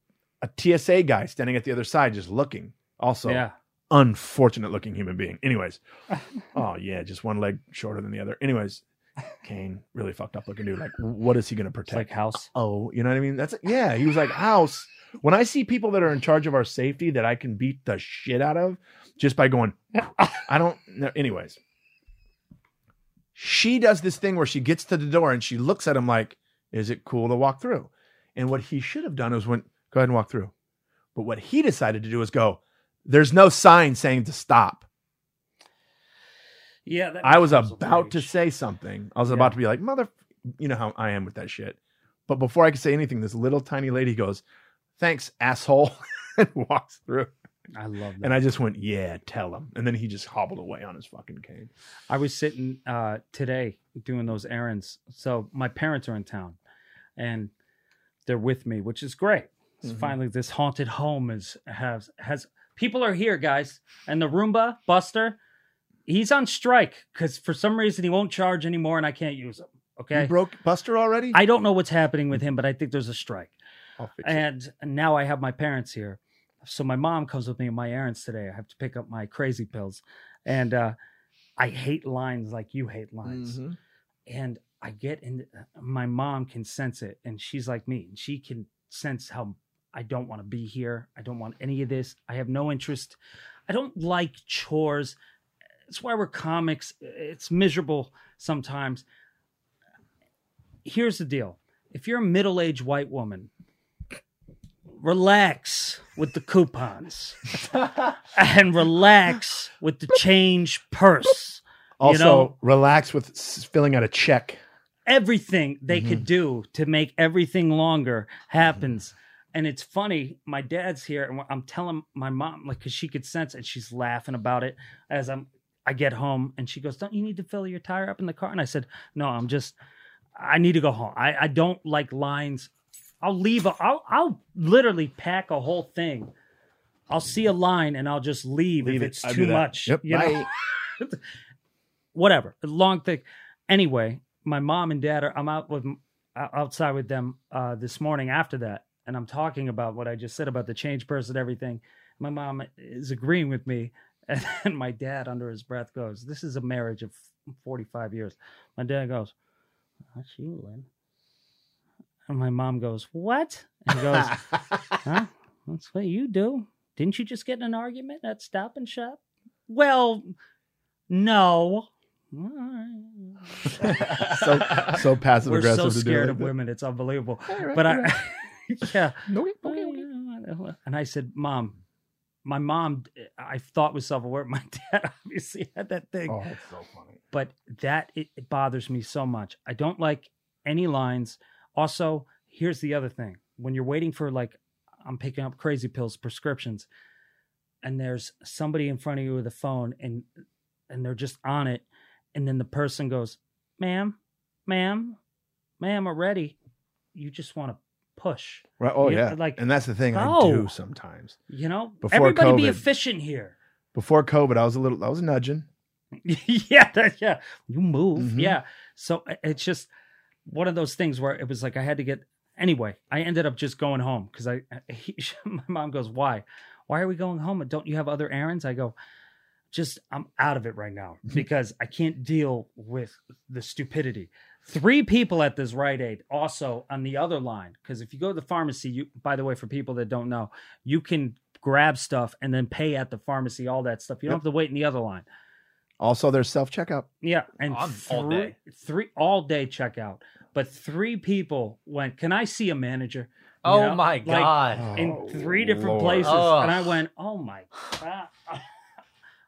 Speaker 2: a TSA guy standing at the other side just looking. Also,
Speaker 4: yeah.
Speaker 2: unfortunate looking human being. Anyways, oh yeah, just one leg shorter than the other. Anyways, Kane really fucked up looking dude. Like, what is he going to
Speaker 4: It's like
Speaker 2: protect?
Speaker 4: house.
Speaker 2: oh, you know what I mean? That's yeah. He was like house. When I see people that are in charge of our safety that I can beat the shit out of just by going, I don't know. Anyways, she does this thing where she gets to the door and she looks at him like, is it cool to walk through? And what he should have done is went, go ahead and walk through. But what he decided to do is go, there's no sign saying to stop.
Speaker 4: Yeah. that
Speaker 2: I was
Speaker 4: becomes a
Speaker 2: about to
Speaker 4: rage.
Speaker 2: say something. I was
Speaker 4: Yeah.
Speaker 2: about to be like, mother, you know how I am with that shit. But before I could say anything, this little tiny lady goes, thanks, asshole, and walks through.
Speaker 4: I love that.
Speaker 2: And I just went, yeah, tell him. And then he just hobbled away on his fucking cane.
Speaker 4: I was sitting uh, today doing those errands. So my parents are in town, and they're with me, which is great. It's
Speaker 2: Mhm.
Speaker 4: Finally, this haunted home is has has people are here, guys, and the Roomba Buster, he's on strike because for some reason he won't charge anymore, and I can't use him. Okay,
Speaker 2: You broke Buster already?
Speaker 4: I don't know what's happening with him, but I think there's a strike.
Speaker 2: I'll fix it.
Speaker 4: And now I have my parents here. So my mom comes with me on my errands today. I have to pick up my crazy pills. And uh, I hate lines like you hate lines.
Speaker 2: Mhm.
Speaker 4: And I get in, my mom can sense it. And she's like me. And she can sense how I don't want to be here. I don't want any of this. I have no interest. I don't like chores. It's why we're comics. It's miserable sometimes. Here's the deal if you're a middle aged white woman relax with the coupons and relax with the change purse.
Speaker 2: Also,
Speaker 4: know-
Speaker 2: relax with s- filling out a check.
Speaker 4: Everything they
Speaker 2: Mm-hmm.
Speaker 4: could do to make everything longer happens. And it's funny, my dad's here, and I'm telling my mom, like, because she could sense it, and she's laughing about it as I'm. I get home and she goes, Don't you need to fill your tire up in the car? And I said, No, I'm just, I need to go home. I, I don't like lines. I'll leave, a, I'll, I'll literally pack a whole thing. I'll see a line and I'll just leave,
Speaker 2: Leave it.
Speaker 4: if it's
Speaker 2: I do
Speaker 4: too
Speaker 2: that.
Speaker 4: much.
Speaker 2: Yep.
Speaker 4: You know? Whatever, a long thing. Anyway, my mom and dad are, I'm out with, o- outside with them uh, this morning after that. And I'm talking about what I just said about the change purse and everything. My mom is agreeing with me. And then my dad, under his breath, goes, This is a marriage of 45 years. My dad goes, That's you, Lynn. And my mom goes, What? And he goes, Huh? That's what you do. Didn't you just get in an argument at Stop and Shop? Well, no. All right.
Speaker 2: so so passive
Speaker 4: We're
Speaker 2: aggressive.
Speaker 4: so
Speaker 2: to do
Speaker 4: scared
Speaker 2: like
Speaker 4: of
Speaker 2: that.
Speaker 4: women. It's unbelievable.
Speaker 2: All right,
Speaker 4: But
Speaker 2: all
Speaker 4: I, yeah.
Speaker 2: No, okay, okay.
Speaker 4: And I said, Mom, my mom, I thought was self aware. My dad obviously had that thing
Speaker 2: Oh, that's so funny.
Speaker 4: but that it, it bothers me so much. I don't like any lines. Also, here's the other thing: when you're waiting for like, I'm picking up crazy pills, prescriptions, and there's somebody in front of you with a phone, and and they're just on it, and then the person goes, "Ma'am, ma'am, ma'am, already." You just want to push,
Speaker 2: Right? Oh
Speaker 4: Yeah,
Speaker 2: yeah.
Speaker 4: like-
Speaker 2: and that's the thing I
Speaker 4: Oh.
Speaker 2: do sometimes.
Speaker 4: you know.
Speaker 2: Before
Speaker 4: Everybody be
Speaker 2: COVID.
Speaker 4: efficient here.
Speaker 2: Before COVID, I was a little. I was nudging.
Speaker 4: yeah, that, yeah. You move.
Speaker 2: Mhm.
Speaker 4: Yeah. So i- it's just one of those things where it was like I had to get anyway. I ended up just going home because I he, my mom goes, "Why? Why are we going home? Don't you have other errands?" I go, "Just I'm out of it right now because I can't deal with the stupidity." Three people at this Rite Aid also on the other line because if you go to the pharmacy, you by the way, for people that don't know, you can grab stuff and then pay at the pharmacy, all that stuff. You don't
Speaker 2: Yep.
Speaker 4: have to wait in the other line.
Speaker 2: Also, there's self checkout.
Speaker 4: Yeah, and
Speaker 3: On-
Speaker 4: three,
Speaker 3: all day.
Speaker 4: three all day checkout. But three people went. Can I see a manager? You
Speaker 3: Oh
Speaker 4: know,
Speaker 3: my
Speaker 4: like,
Speaker 3: god.
Speaker 4: in three different
Speaker 2: Oh, Lord.
Speaker 4: places,
Speaker 3: Ugh.
Speaker 4: and I went, "Oh my god,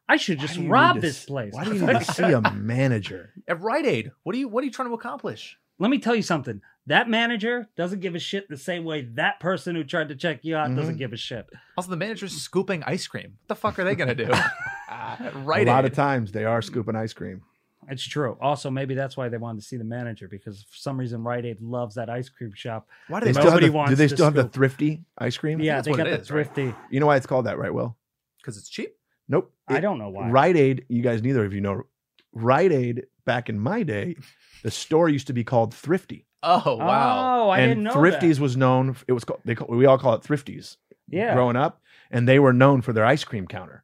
Speaker 4: I should
Speaker 2: Why
Speaker 4: just
Speaker 2: do you
Speaker 4: rob
Speaker 2: need to
Speaker 4: this
Speaker 2: s-
Speaker 4: place."
Speaker 2: Why do you need to see a manager?
Speaker 3: At Rite Aid, what are you what are you trying to accomplish?
Speaker 4: Let me tell you something. That manager doesn't give a shit the same way that person who tried to check you out doesn't
Speaker 2: Mhm.
Speaker 4: give a shit.
Speaker 3: Also, the manager's scooping ice cream. What the fuck are they gonna do? At Rite
Speaker 2: a lot
Speaker 3: Aid.
Speaker 2: of times they are scooping ice cream.
Speaker 4: It's true. Also, maybe that's why they wanted to see the manager because for some reason Rite Aid loves that ice cream shop.
Speaker 3: Why do
Speaker 2: They
Speaker 3: they
Speaker 4: Nobody
Speaker 2: still have the,
Speaker 4: wants
Speaker 2: do they
Speaker 4: to
Speaker 2: still have the
Speaker 4: scoop.
Speaker 2: thrifty ice cream?
Speaker 4: Yeah,
Speaker 3: that's
Speaker 4: they
Speaker 3: what
Speaker 4: got
Speaker 3: it
Speaker 4: the
Speaker 3: is, right?
Speaker 4: thrifty.
Speaker 2: You know why it's called that, right? Will?
Speaker 3: Because it's cheap.
Speaker 2: nope.
Speaker 4: I
Speaker 2: It-
Speaker 4: don't know why.
Speaker 2: Rite Aid. You guys, neither of you know. Rite Aid. Back in my day, the store used to be called Thrifty,
Speaker 3: Oh wow.
Speaker 4: Oh, I
Speaker 2: and
Speaker 4: didn't know that.
Speaker 2: Thrifties was known. It was called. They call, we all call it Thrifties.
Speaker 4: Yeah.
Speaker 2: growing up, and they were known for their ice cream counter.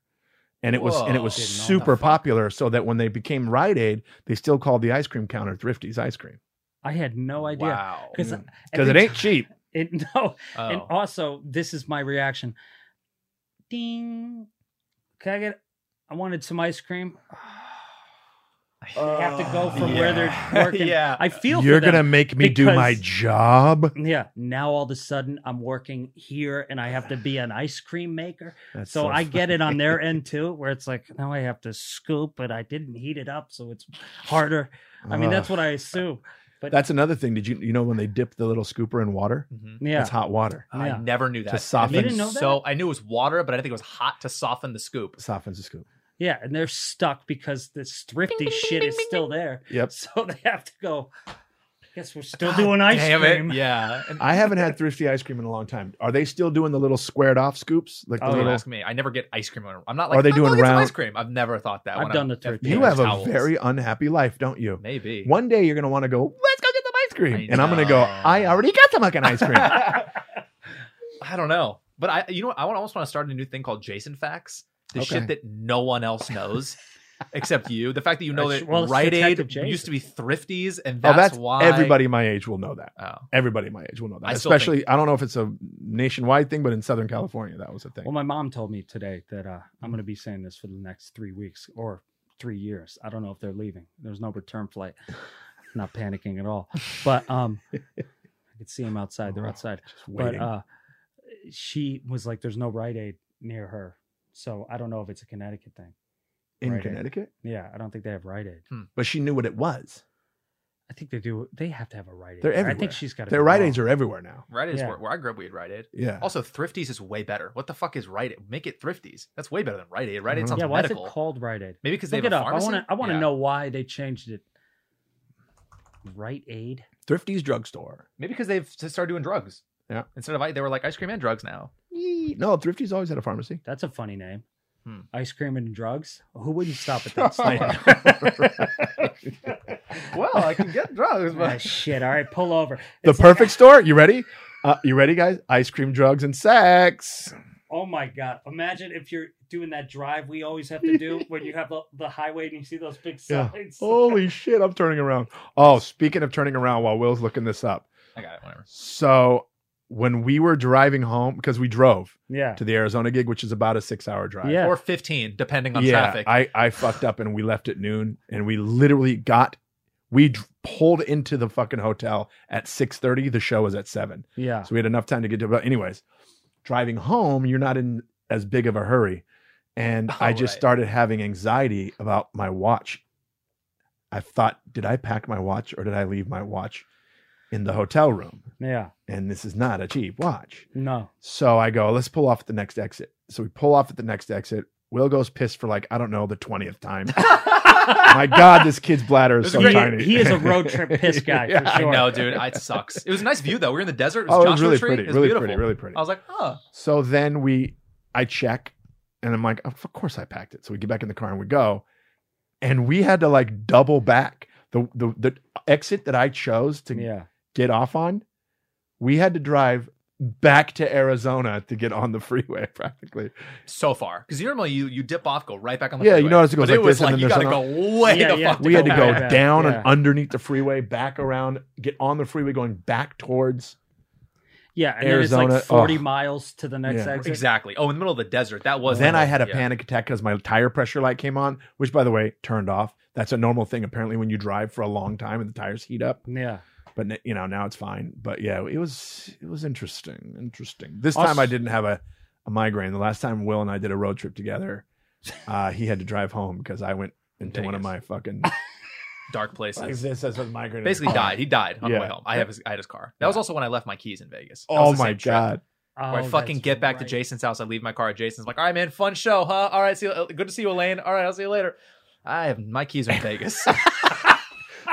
Speaker 2: And it was and it
Speaker 3: Whoa.
Speaker 2: was
Speaker 4: Didn't know
Speaker 2: super
Speaker 3: that.
Speaker 2: popular, so that when they became Rite Aid, they still called the ice cream counter Thrifty's ice cream
Speaker 4: I had no idea
Speaker 3: Wow.
Speaker 4: because
Speaker 2: Mm. because it
Speaker 4: every
Speaker 2: ain't cheap.
Speaker 4: It, no,
Speaker 3: Oh.
Speaker 4: and also this is my reaction. Ding! Can I get? I wanted some ice cream. I have to go from where they're working.
Speaker 3: yeah.
Speaker 4: I feel for
Speaker 2: Uh, You're
Speaker 4: them.
Speaker 2: gonna make me do my
Speaker 4: because-
Speaker 2: job.
Speaker 4: Yeah. Now all of a sudden I'm working here and I have to be an ice cream maker.
Speaker 2: That's
Speaker 4: So, I get it on
Speaker 2: funny.
Speaker 4: their end too, where it's like now I have to scoop, but I didn't heat it up, so it's harder. I mean, that's
Speaker 2: Ugh.
Speaker 4: what I assume. But
Speaker 2: uh, that's another thing. Did you you know when they dip the little scooper in water?
Speaker 3: Mhm.
Speaker 4: yeah,
Speaker 2: It's hot water.
Speaker 3: I
Speaker 4: Yeah.
Speaker 3: never knew that.
Speaker 2: Mm-hmm. soften-
Speaker 4: You didn't know
Speaker 3: so I knew it was water, but I think it was hot to soften the scoop.
Speaker 2: It softens the scoop.
Speaker 4: yeah, and they're stuck because this thrifty shit is still there.
Speaker 2: Yep.
Speaker 4: So they have to go. Guess we're still
Speaker 3: God
Speaker 4: doing ice
Speaker 3: Damn
Speaker 4: cream.
Speaker 3: it. Yeah. And
Speaker 2: I haven't had thrifty ice cream in a long time. Are they still doing the little squared off scoops? Like the
Speaker 4: Oh,
Speaker 3: don't
Speaker 2: little
Speaker 3: ask me. I never get ice cream. When, I'm not
Speaker 2: Are
Speaker 3: like.
Speaker 2: they
Speaker 3: "Oh, go
Speaker 2: doing
Speaker 3: get some
Speaker 2: round-
Speaker 3: ice cream? I've never thought that.
Speaker 4: I've
Speaker 3: when
Speaker 4: done
Speaker 3: I'm
Speaker 4: the
Speaker 3: at
Speaker 4: third
Speaker 3: the
Speaker 2: You
Speaker 4: Yeah,
Speaker 2: have a
Speaker 3: towels.
Speaker 2: very unhappy life, don't you?
Speaker 3: maybe
Speaker 2: One day you're gonna want to go. Let's go get some ice cream,
Speaker 3: I
Speaker 2: and I'm gonna go.
Speaker 3: know.
Speaker 2: I already got some fucking ice cream. Oh,
Speaker 3: I don't know, but I you know what? I want, almost want to start a new thing called Jason Facts. The
Speaker 2: Okay.
Speaker 3: shit that no one else knows except you. The fact that you know
Speaker 4: That's-
Speaker 3: that
Speaker 4: well, it's
Speaker 3: Rite Aid
Speaker 4: Detective Jason.
Speaker 3: used to be Thrifties, and
Speaker 2: Oh,
Speaker 3: that's,
Speaker 2: that's
Speaker 3: why
Speaker 2: everybody my age will know that.
Speaker 3: Oh,
Speaker 2: Everybody my age will know that.
Speaker 3: I still
Speaker 2: Especially, I don't know if it's a nationwide thing, but in Southern California, that was a thing.
Speaker 4: Well, my mom told me today that uh, I'm going to be saying this for the next three weeks or three years. I don't know if they're leaving. There's no return flight. Not panicking at all, but um, I could see them outside. They're outside.
Speaker 2: Oh, Just
Speaker 4: But
Speaker 2: waiting.
Speaker 4: uh, she was like, "There's no Rite Aid near her," so I don't know if it's a Connecticut thing.
Speaker 2: in
Speaker 4: Rite Aid.
Speaker 2: Connecticut,
Speaker 4: Yeah, I don't think they have Rite Aid.
Speaker 2: but she knew what it was.
Speaker 4: I think they do. They have to have a Rite Aid. Oh.
Speaker 2: They're
Speaker 4: there. I
Speaker 2: everywhere.
Speaker 4: think she's got
Speaker 2: Their Rite Aids are everywhere now.
Speaker 3: Rite Aid's
Speaker 4: Yeah.
Speaker 3: where, where I grew up. We had Rite Aid.
Speaker 2: Yeah.
Speaker 3: Also, Thrifties is way better. What the fuck is Rite Aid? Make it Thrifties. That's way better than Rite Aid. Rite
Speaker 2: Mhm.
Speaker 3: Aid sounds
Speaker 4: Yeah, why
Speaker 3: medical.
Speaker 4: is it called Rite Aid?
Speaker 3: Maybe because they
Speaker 4: Look
Speaker 3: have
Speaker 4: it
Speaker 3: a
Speaker 4: up. I
Speaker 3: pharmacy.
Speaker 4: want to. I want to
Speaker 3: Yeah.
Speaker 4: know why they changed it. Rite Aid.
Speaker 2: Thrifty's drugstore.
Speaker 3: Maybe because they've s- started doing drugs.
Speaker 2: Yeah.
Speaker 3: Instead of I, they were like ice cream and drugs now.
Speaker 2: Yee. No, Thrifty's always had a pharmacy.
Speaker 4: That's a funny name.
Speaker 3: Hmm.
Speaker 4: Ice cream and drugs. Who wouldn't stop at that
Speaker 2: Yeah.
Speaker 4: store?
Speaker 3: Well, I can get drugs,
Speaker 4: Ah, shit. All right, pull over.
Speaker 2: the
Speaker 4: It's like-
Speaker 2: perfect store. You ready? Uh, you ready, guys? Ice cream, drugs, and sex.
Speaker 4: Oh my god! Imagine if you're doing that drive we always have to do when you have the, the highway and you see those big
Speaker 2: Yeah.
Speaker 4: signs.
Speaker 3: Oh.
Speaker 2: Holy shit! I'm turning around. Oh, speaking of turning around, while Will's looking this up,
Speaker 3: I got it. Whatever.
Speaker 2: so when we were driving home because we drove
Speaker 4: Yeah.
Speaker 2: to the Arizona gig, which is about a six-hour drive.
Speaker 4: Yeah.
Speaker 3: Or fifteen, depending on
Speaker 2: yeah.
Speaker 3: traffic.
Speaker 2: I I fucked up and we left at noon, and we literally got we d- pulled into the fucking hotel at six thirty. The show was at seven.
Speaker 4: Yeah.
Speaker 2: So we had enough time to get to. But anyways, driving home, you're not in as big of a hurry, and
Speaker 3: Oh,
Speaker 2: I just
Speaker 3: right.
Speaker 2: started having anxiety about my watch. I thought, did I pack my watch or did I leave my watch in the hotel room?
Speaker 4: Yeah.
Speaker 2: And this is not a cheap watch.
Speaker 4: No.
Speaker 2: So I go, let's pull off at the next exit. So we pull off at the next exit. Will goes pissed for like I don't know the twentieth time. my God, this kid's bladder is
Speaker 3: It was
Speaker 2: so
Speaker 3: a great-
Speaker 2: tiny.
Speaker 4: he is a road trip piss guy, for
Speaker 2: Yeah.
Speaker 3: I
Speaker 4: Sure.
Speaker 3: know, dude. I- It sucks. It was a nice view though. We were in the desert. It was
Speaker 2: Oh, it
Speaker 3: Joshua
Speaker 2: was really
Speaker 3: tree.
Speaker 2: pretty,
Speaker 3: It was
Speaker 2: really
Speaker 3: beautiful.
Speaker 2: pretty, really pretty.
Speaker 3: I was like, oh,
Speaker 2: So then we, I check, and I'm like, of course I packed it. So we get back in the car and we go, and we had to like double back the the, the exit that I chose to
Speaker 4: Yeah.
Speaker 2: get off on. We had to drive back to Arizona to get on the freeway practically.
Speaker 3: so far. Because normally you you dip off, go right back on the
Speaker 2: Yeah, you
Speaker 3: freeway.
Speaker 2: notice it goes
Speaker 3: But
Speaker 2: like
Speaker 3: it was
Speaker 2: this and
Speaker 3: like
Speaker 2: then
Speaker 3: you
Speaker 2: there's
Speaker 3: gotta go way
Speaker 4: Yeah,
Speaker 3: the
Speaker 4: yeah.
Speaker 3: fuck.
Speaker 2: We had to go
Speaker 4: back, back,
Speaker 2: down
Speaker 4: yeah.
Speaker 2: and underneath the freeway, back around, get on the freeway, going back towards.
Speaker 4: Yeah. And then
Speaker 2: Arizona,
Speaker 4: it's like 40
Speaker 2: oh.
Speaker 4: miles to the next
Speaker 2: Yeah.
Speaker 4: exit.
Speaker 3: Exactly. Oh, in the middle of the desert. That was.
Speaker 2: then I had a
Speaker 3: yeah.
Speaker 2: panic attack because my tire pressure light came on, which by the way turned off. That's a normal thing apparently when you drive for a long time and the tires heat up.
Speaker 4: Yeah.
Speaker 2: But n- you know now it's fine. But yeah, it was it was interesting, interesting. This
Speaker 4: Also-
Speaker 2: time I didn't have a, a migraine. The last time Will and I did a road trip together, uh, he had to drive home because I went into one of my
Speaker 3: Vegas.
Speaker 2: fucking
Speaker 3: dark places.
Speaker 2: this says migraine.
Speaker 3: Basically died. He died on the way
Speaker 2: Yeah.
Speaker 3: home. I have his, I had his car. That was also when I left my keys in Vegas. That was
Speaker 2: Oh
Speaker 3: the
Speaker 2: my
Speaker 3: same trip.
Speaker 2: god!
Speaker 4: Oh,
Speaker 3: Where I fucking
Speaker 4: that's
Speaker 3: get back to
Speaker 4: right.
Speaker 3: Jason's house. I leave my car at Jason's. I'm like, all right, man, fun show, huh? All right, see you. uh, Good to see you, Elaine. All right, I'll see you later. I have my keys are in Vegas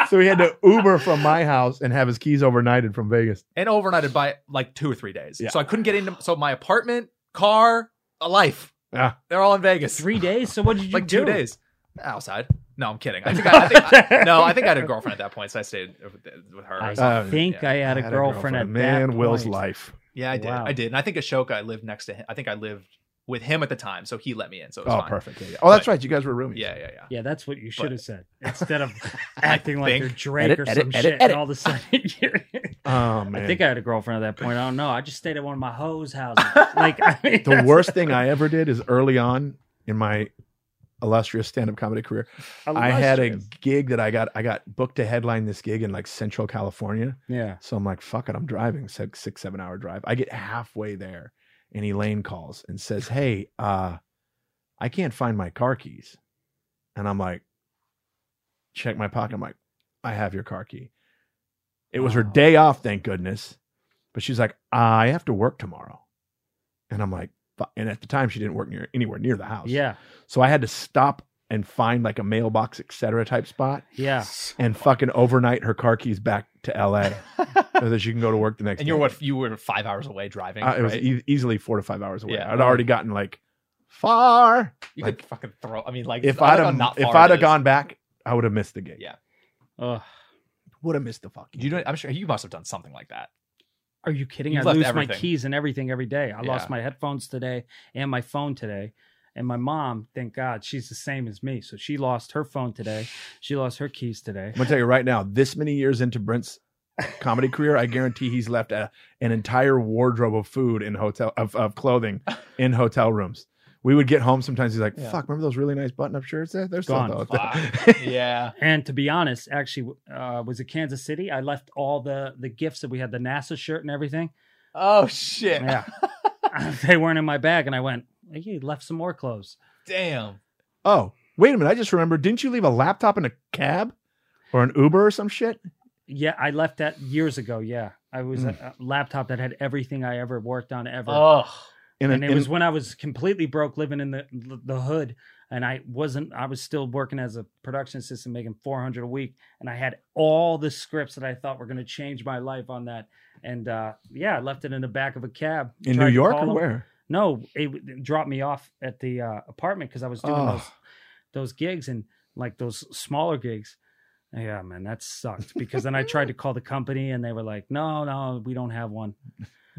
Speaker 2: So he had to Uber from my house and have his keys overnighted from Vegas.
Speaker 3: and overnighted by like two or three days.
Speaker 2: Yeah.
Speaker 3: So I couldn't get into. So my apartment, car, a life.
Speaker 2: Yeah.
Speaker 3: They're all in Vegas.
Speaker 4: Three days? So what did you
Speaker 3: like
Speaker 4: do?
Speaker 3: two days outside. No, I'm kidding. I think I, I, think I no, I think I had a girlfriend at that point, so I stayed with, with her.
Speaker 4: I
Speaker 2: Uh,
Speaker 4: think
Speaker 3: yeah.
Speaker 4: I had a
Speaker 2: Had
Speaker 4: girlfriend, at
Speaker 2: man.
Speaker 4: that
Speaker 2: Will's
Speaker 4: point.
Speaker 2: life.
Speaker 3: yeah, I did.
Speaker 4: Wow.
Speaker 3: I did, and I think Ashoka. I lived next to him. I think I lived with him at the time, so he let me in. So it was
Speaker 2: Oh,
Speaker 3: fine.
Speaker 2: perfect. Yeah, yeah. Oh, that's
Speaker 3: But-
Speaker 2: right. You guys were roomies.
Speaker 3: Yeah, yeah, yeah.
Speaker 4: Yeah, that's what you should
Speaker 3: But-
Speaker 4: have said instead of acting like
Speaker 3: Think.
Speaker 4: you're Drake
Speaker 2: Edit,
Speaker 4: or
Speaker 2: edit,
Speaker 4: some
Speaker 2: edit,
Speaker 4: shit. And
Speaker 2: edit.
Speaker 4: all of a sudden, you're,
Speaker 2: Oh man.
Speaker 4: I think I had a girlfriend at that point. I don't know. I just stayed at one of my hoes' houses. Like I mean,
Speaker 2: the worst thing I ever did is early on in my illustrious stand-up comedy career. I had a gig that I got I got booked to headline this gig in like Central California.
Speaker 4: yeah.
Speaker 2: So I'm like, fuck it, I'm driving. It's like six, seven hour drive. I get halfway there and Elaine calls and says, Hey, uh, I can't find my car keys. And I'm like, check my pocket. I'm like, I have your car key. It was her
Speaker 4: Wow.
Speaker 2: day off, thank goodness. But she's like, I have to work tomorrow. And I'm like, "Fu-" and at the time she didn't work near anywhere near the house.
Speaker 4: Yeah,
Speaker 2: So I had to stop and find like a mailbox, et cetera type spot
Speaker 4: yeah.
Speaker 2: and fucking overnight her car keys back to LA so that she can go to work the next
Speaker 3: and
Speaker 2: day.
Speaker 3: you're what? You were five hours away driving.
Speaker 2: Uh, it was
Speaker 3: right?
Speaker 2: e- easily four to five hours away.
Speaker 3: Yeah.
Speaker 2: I'd already gotten like far.
Speaker 3: you
Speaker 2: like-
Speaker 3: could fucking throw. I mean, like
Speaker 2: If
Speaker 3: I
Speaker 2: I'd
Speaker 3: don't know
Speaker 2: have,
Speaker 3: not
Speaker 2: if
Speaker 3: far it
Speaker 2: I'd have
Speaker 3: is.
Speaker 2: gone back, I would have missed the gig.
Speaker 3: Yeah.
Speaker 4: Ugh.
Speaker 2: Would have missed the fucking.
Speaker 3: you know, I'm sure you must have done something like that.
Speaker 4: Are you kidding?
Speaker 3: You
Speaker 4: I
Speaker 3: left
Speaker 4: lose my
Speaker 3: everything.
Speaker 4: keys and everything every day. I
Speaker 3: Yeah.
Speaker 4: lost my headphones today and my phone today. And my mom, thank God, she's the same as me. So she lost her phone today. She lost her keys today.
Speaker 2: I'm gonna tell you right now. This many years into Brent's comedy career, I guarantee he's left a, an entire wardrobe of food in hotel of, of clothing in hotel rooms. We would get home sometimes. He's like,
Speaker 3: Yeah.
Speaker 2: "Fuck, remember those really nice button-up shirts? They're, they're still
Speaker 4: Gone.
Speaker 2: out there."
Speaker 3: Fuck. yeah.
Speaker 4: And to be honest, actually, uh, was it Kansas City? I left all the the gifts that we had, the NASA shirt and everything.
Speaker 3: Oh shit.
Speaker 4: Yeah, Uh, they weren't in my bag, and I went, "You left some more clothes."
Speaker 3: Damn.
Speaker 2: Oh, wait a minute. I just remembered. Didn't you leave a laptop in a cab or an Uber or some shit?
Speaker 4: Yeah, I left that years ago. Yeah, I was a, a laptop that had everything I ever worked on ever.
Speaker 3: Ugh.
Speaker 2: In
Speaker 4: and
Speaker 2: an,
Speaker 4: it
Speaker 2: in-
Speaker 4: was when I was completely broke, living in the the hood, and I wasn't. I was still working as a production assistant, making four hundred a week, and I had all the scripts that I thought were going to change my life on that. And uh, yeah, I left it in the back of a cab
Speaker 2: in
Speaker 4: Tried
Speaker 2: New
Speaker 4: to
Speaker 2: York
Speaker 4: call
Speaker 2: or
Speaker 4: them.
Speaker 2: where?
Speaker 4: No, it, w- it dropped me off at the uh, apartment because I was doing
Speaker 2: Oh.
Speaker 4: those those gigs and like those smaller gigs. Yeah, man, that sucked because then I tried to call the company and they were like, "No, no, we don't have one."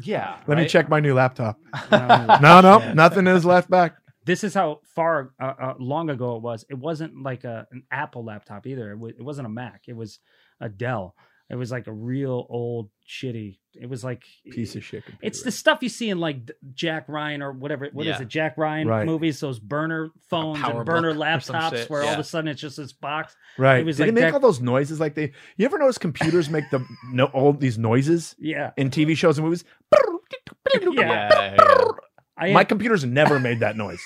Speaker 3: Yeah.
Speaker 2: Let me
Speaker 3: right?
Speaker 2: check my new laptop.
Speaker 4: No.
Speaker 2: No, no, nothing is left back.
Speaker 4: this is how far uh, uh, long ago it was. It wasn't like a, an Apple laptop either. It, wa- it wasn't a Mac. It was a Dell. It was like a real old shitty. It was like
Speaker 2: Piece of shit. Computer.
Speaker 4: It's the stuff you see in like D- Jack Ryan or whatever. What is
Speaker 3: Yeah.
Speaker 4: it? Jack Ryan
Speaker 2: Right.
Speaker 4: movies. Those burner phones
Speaker 3: PowerBook
Speaker 4: and burner
Speaker 3: or some
Speaker 4: laptops,
Speaker 3: shit.
Speaker 4: where all of
Speaker 3: Yeah.
Speaker 4: a sudden it's just this box.
Speaker 2: right.
Speaker 4: it was
Speaker 2: Did
Speaker 4: like
Speaker 2: it make
Speaker 4: that-
Speaker 2: all those noises like they? You ever notice computers make the no all these noises
Speaker 4: Yeah,
Speaker 2: in TV shows and movies?
Speaker 4: Yeah.
Speaker 3: Yeah, yeah.
Speaker 4: I
Speaker 2: My
Speaker 4: had,
Speaker 2: computer's never made that noise.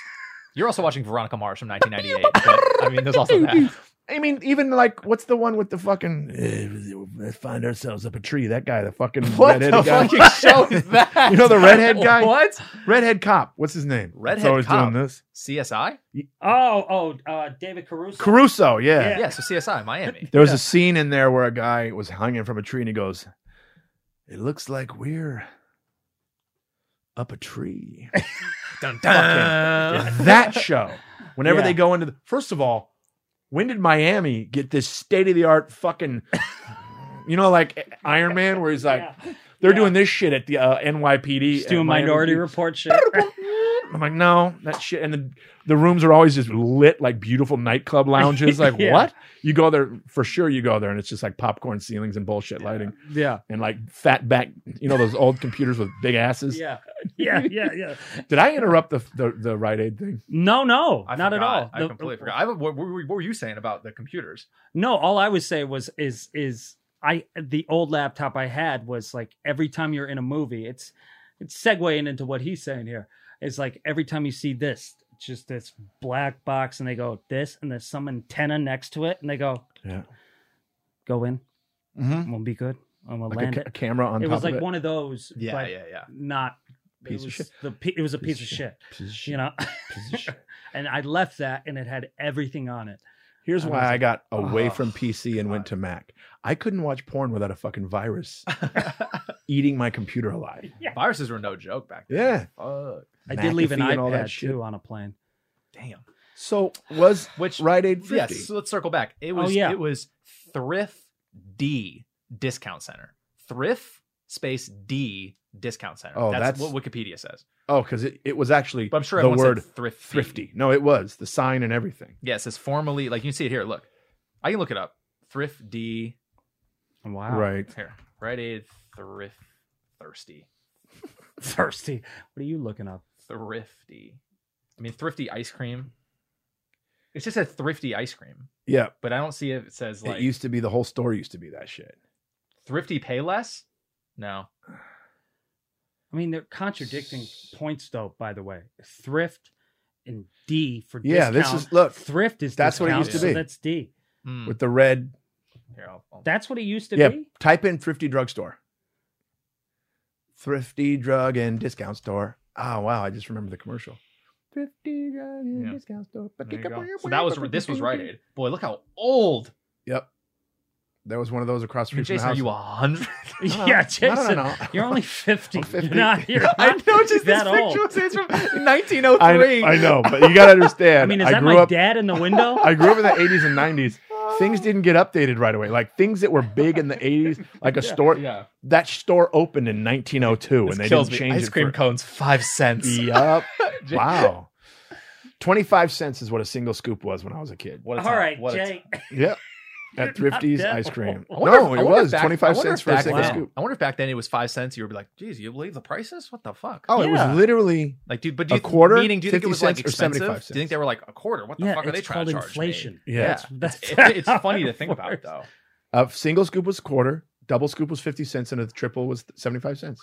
Speaker 3: You're also watching Veronica Mars from 1998. but, I mean, there's also that.
Speaker 2: I mean, even like, what's the one with the fucking? "Eh, Let's find ourselves up a tree. That guy, the fucking redhead guy,
Speaker 3: show is that?
Speaker 2: You know the redhead guy?
Speaker 3: What?
Speaker 2: redhead cop. What's his name?
Speaker 3: Redhead
Speaker 2: That's always
Speaker 3: cop.
Speaker 2: doing this.
Speaker 3: CSI?
Speaker 4: oh oh uh, David Caruso.
Speaker 2: Caruso, yeah.
Speaker 4: Yeah.
Speaker 3: Yeah, so CSI, Miami.
Speaker 2: There was a scene in there where a guy was hanging from a tree and he goes, "It looks like we're up a tree."
Speaker 3: Dun,
Speaker 2: Yeah,
Speaker 3: dun.
Speaker 2: that show. Whenever
Speaker 4: Yeah.
Speaker 2: they go into the first of all, when did Miami get this state of the art fucking? You know, like Iron Man, where he's like,
Speaker 4: Yeah.
Speaker 2: they're
Speaker 4: Yeah.
Speaker 2: doing this shit at the uh, NYPD,
Speaker 4: Just
Speaker 2: at
Speaker 4: doing
Speaker 2: Miami
Speaker 4: Minority
Speaker 2: Beach.
Speaker 4: Report shit.
Speaker 2: I'm like, no, that shit. And the the rooms are always just lit like beautiful nightclub lounges. Like
Speaker 4: Yeah.
Speaker 2: what? You go there for sure. You go there and it's just like popcorn ceilings and bullshit lighting
Speaker 4: yeah,
Speaker 2: and like fat back. You know those old computers with big asses.
Speaker 4: yeah, yeah, yeah, yeah.
Speaker 2: Did I interrupt the the, the Rite Aid thing?
Speaker 4: No, no,
Speaker 3: I
Speaker 4: not at
Speaker 3: forgot.
Speaker 4: all.
Speaker 3: I
Speaker 4: The-
Speaker 3: completely forgot. I, what, what, were- what were you saying about the computers?
Speaker 4: No, all I would say was is is I the old laptop I had was like every time you're in a movie, it's it's segueing into what he's saying here. It's like every time you see this, it's just this black box, and they go this, and there's some antenna next to it, and they go,
Speaker 2: Yeah.
Speaker 4: go in,
Speaker 2: Mm-hmm.
Speaker 4: won't be good, I'm gonna
Speaker 2: Like a,
Speaker 4: land
Speaker 2: ca-
Speaker 4: it.
Speaker 2: camera on
Speaker 4: It
Speaker 2: top
Speaker 4: was like
Speaker 2: of it.
Speaker 4: one of those,
Speaker 3: Yeah,
Speaker 4: but
Speaker 3: yeah, yeah.
Speaker 4: not.
Speaker 2: Piece
Speaker 4: it
Speaker 2: of
Speaker 4: was
Speaker 2: shit.
Speaker 4: the pi- it was a piece, of shit,
Speaker 2: Piece of shit.
Speaker 4: you know.
Speaker 2: Piece of shit.
Speaker 4: and I left that, and it had everything on it.
Speaker 2: Here's
Speaker 4: I
Speaker 2: why
Speaker 4: was
Speaker 2: I
Speaker 4: like,
Speaker 2: got away
Speaker 3: "Oh,
Speaker 2: from PC and went
Speaker 3: God."
Speaker 2: to Mac. I couldn't watch porn without a fucking virus eating my computer alive.
Speaker 3: Viruses were no joke back then.
Speaker 2: Yeah.
Speaker 3: Fuck.
Speaker 4: I did leave an
Speaker 2: McAfee and all that
Speaker 4: iPad
Speaker 2: shit.
Speaker 4: too on a plane.
Speaker 3: Damn.
Speaker 2: So was
Speaker 3: Which
Speaker 2: Rite Aid 50?
Speaker 3: Yes, so let's circle back. It
Speaker 4: Oh,
Speaker 3: was
Speaker 4: yeah.
Speaker 3: it was Thrift D Discount Center. Thrift space D Discount Center.
Speaker 2: Oh,
Speaker 3: that's,
Speaker 2: that's-
Speaker 3: what Wikipedia says.
Speaker 2: Oh, because it, it was actually
Speaker 3: But I'm sure
Speaker 2: the
Speaker 3: everyone
Speaker 2: word
Speaker 3: said thrifty.
Speaker 2: thrifty. No, it was the sign and everything.
Speaker 3: Yeah, it says formally like you can see it here. Look. I can look it up. Thrift D
Speaker 4: Wow,
Speaker 2: Right.
Speaker 3: here. Right Aid Thrift Thirsty.
Speaker 4: thirsty. What are you looking up?
Speaker 3: Thrifty. I mean thrifty ice cream. It's just a thrifty ice cream,
Speaker 2: Yeah.
Speaker 3: but I don't see if it says like
Speaker 2: it used to be the whole store used to be that shit.
Speaker 3: thrifty pay less. No.
Speaker 4: I mean, they're contradicting points, though. By the way, thrift and D for
Speaker 2: Yeah, this
Speaker 4: discount.
Speaker 2: is look
Speaker 4: thrift is
Speaker 2: That's what it
Speaker 4: discount,
Speaker 3: used to
Speaker 4: so
Speaker 2: be.
Speaker 4: that's D.
Speaker 3: Mm.
Speaker 2: with the red.
Speaker 3: Here, I'll- I'll-
Speaker 4: That's what it used to
Speaker 2: yeah.
Speaker 4: be.
Speaker 2: Type in thrifty drugstore. Thrifty drug and discount store. Oh wow, I just remember the commercial. Thrifty drug and
Speaker 3: Yeah.
Speaker 2: discount store.
Speaker 3: There you go. So that was this was Rite Aid. Boy, look how old.
Speaker 2: Yep. There was one of those across the street
Speaker 3: Jason,
Speaker 2: from
Speaker 3: are
Speaker 2: the house.
Speaker 3: you a hundred?
Speaker 2: No, no,
Speaker 4: yeah,
Speaker 2: no,
Speaker 4: Jason,
Speaker 2: no, no.
Speaker 4: you're only 50
Speaker 2: I'm 50.
Speaker 4: You're not. You're not that old.
Speaker 3: is from
Speaker 2: I,
Speaker 3: 1903.
Speaker 2: I know, but you gotta understand.
Speaker 4: I mean, is that
Speaker 2: grew
Speaker 4: my
Speaker 2: up
Speaker 4: dad in the window?
Speaker 2: I grew up in the 80s and 90s. Things didn't get updated right away. Like things that were big in the 80s, like a store
Speaker 3: Yeah,
Speaker 2: that store opened in 1902 and they didn't change
Speaker 3: Ice
Speaker 2: it.
Speaker 3: cream cones, five cents.
Speaker 2: for, Yup. Wow. 25 cents is what a single scoop was when I was a kid.
Speaker 3: What a
Speaker 4: All
Speaker 3: time.
Speaker 4: right,
Speaker 3: What a time.
Speaker 4: Jay.
Speaker 2: Yep. At Thrifty's
Speaker 4: down.
Speaker 2: ice cream.
Speaker 3: I wonder
Speaker 2: No,
Speaker 3: if- I
Speaker 2: it
Speaker 3: wonder
Speaker 2: was
Speaker 3: if back-
Speaker 2: 25
Speaker 3: I wonder
Speaker 2: cents
Speaker 3: if
Speaker 2: for a
Speaker 3: back
Speaker 2: single
Speaker 3: then-
Speaker 2: scoop.
Speaker 3: I wonder if back then it was five cents. You would be like, "Geez, you believe the prices? What the fuck?"
Speaker 2: Oh, it
Speaker 4: Yeah.
Speaker 2: was literally
Speaker 3: like, dude, but do
Speaker 2: a
Speaker 3: you,
Speaker 2: quarter,
Speaker 3: meaning, do you think
Speaker 2: 50
Speaker 3: it was like
Speaker 2: cents, or 75
Speaker 3: expensive? Do you think
Speaker 2: cents?
Speaker 3: they were like a quarter? What the
Speaker 4: yeah,
Speaker 3: fuck are they
Speaker 4: it's called
Speaker 3: trying to charge? me?
Speaker 4: inflation.
Speaker 2: Yeah.
Speaker 4: That's, that's
Speaker 3: It- it's funny to think about, though.
Speaker 2: a single scoop was a quarter, double scoop was 50 cents, and a triple was 75 cents.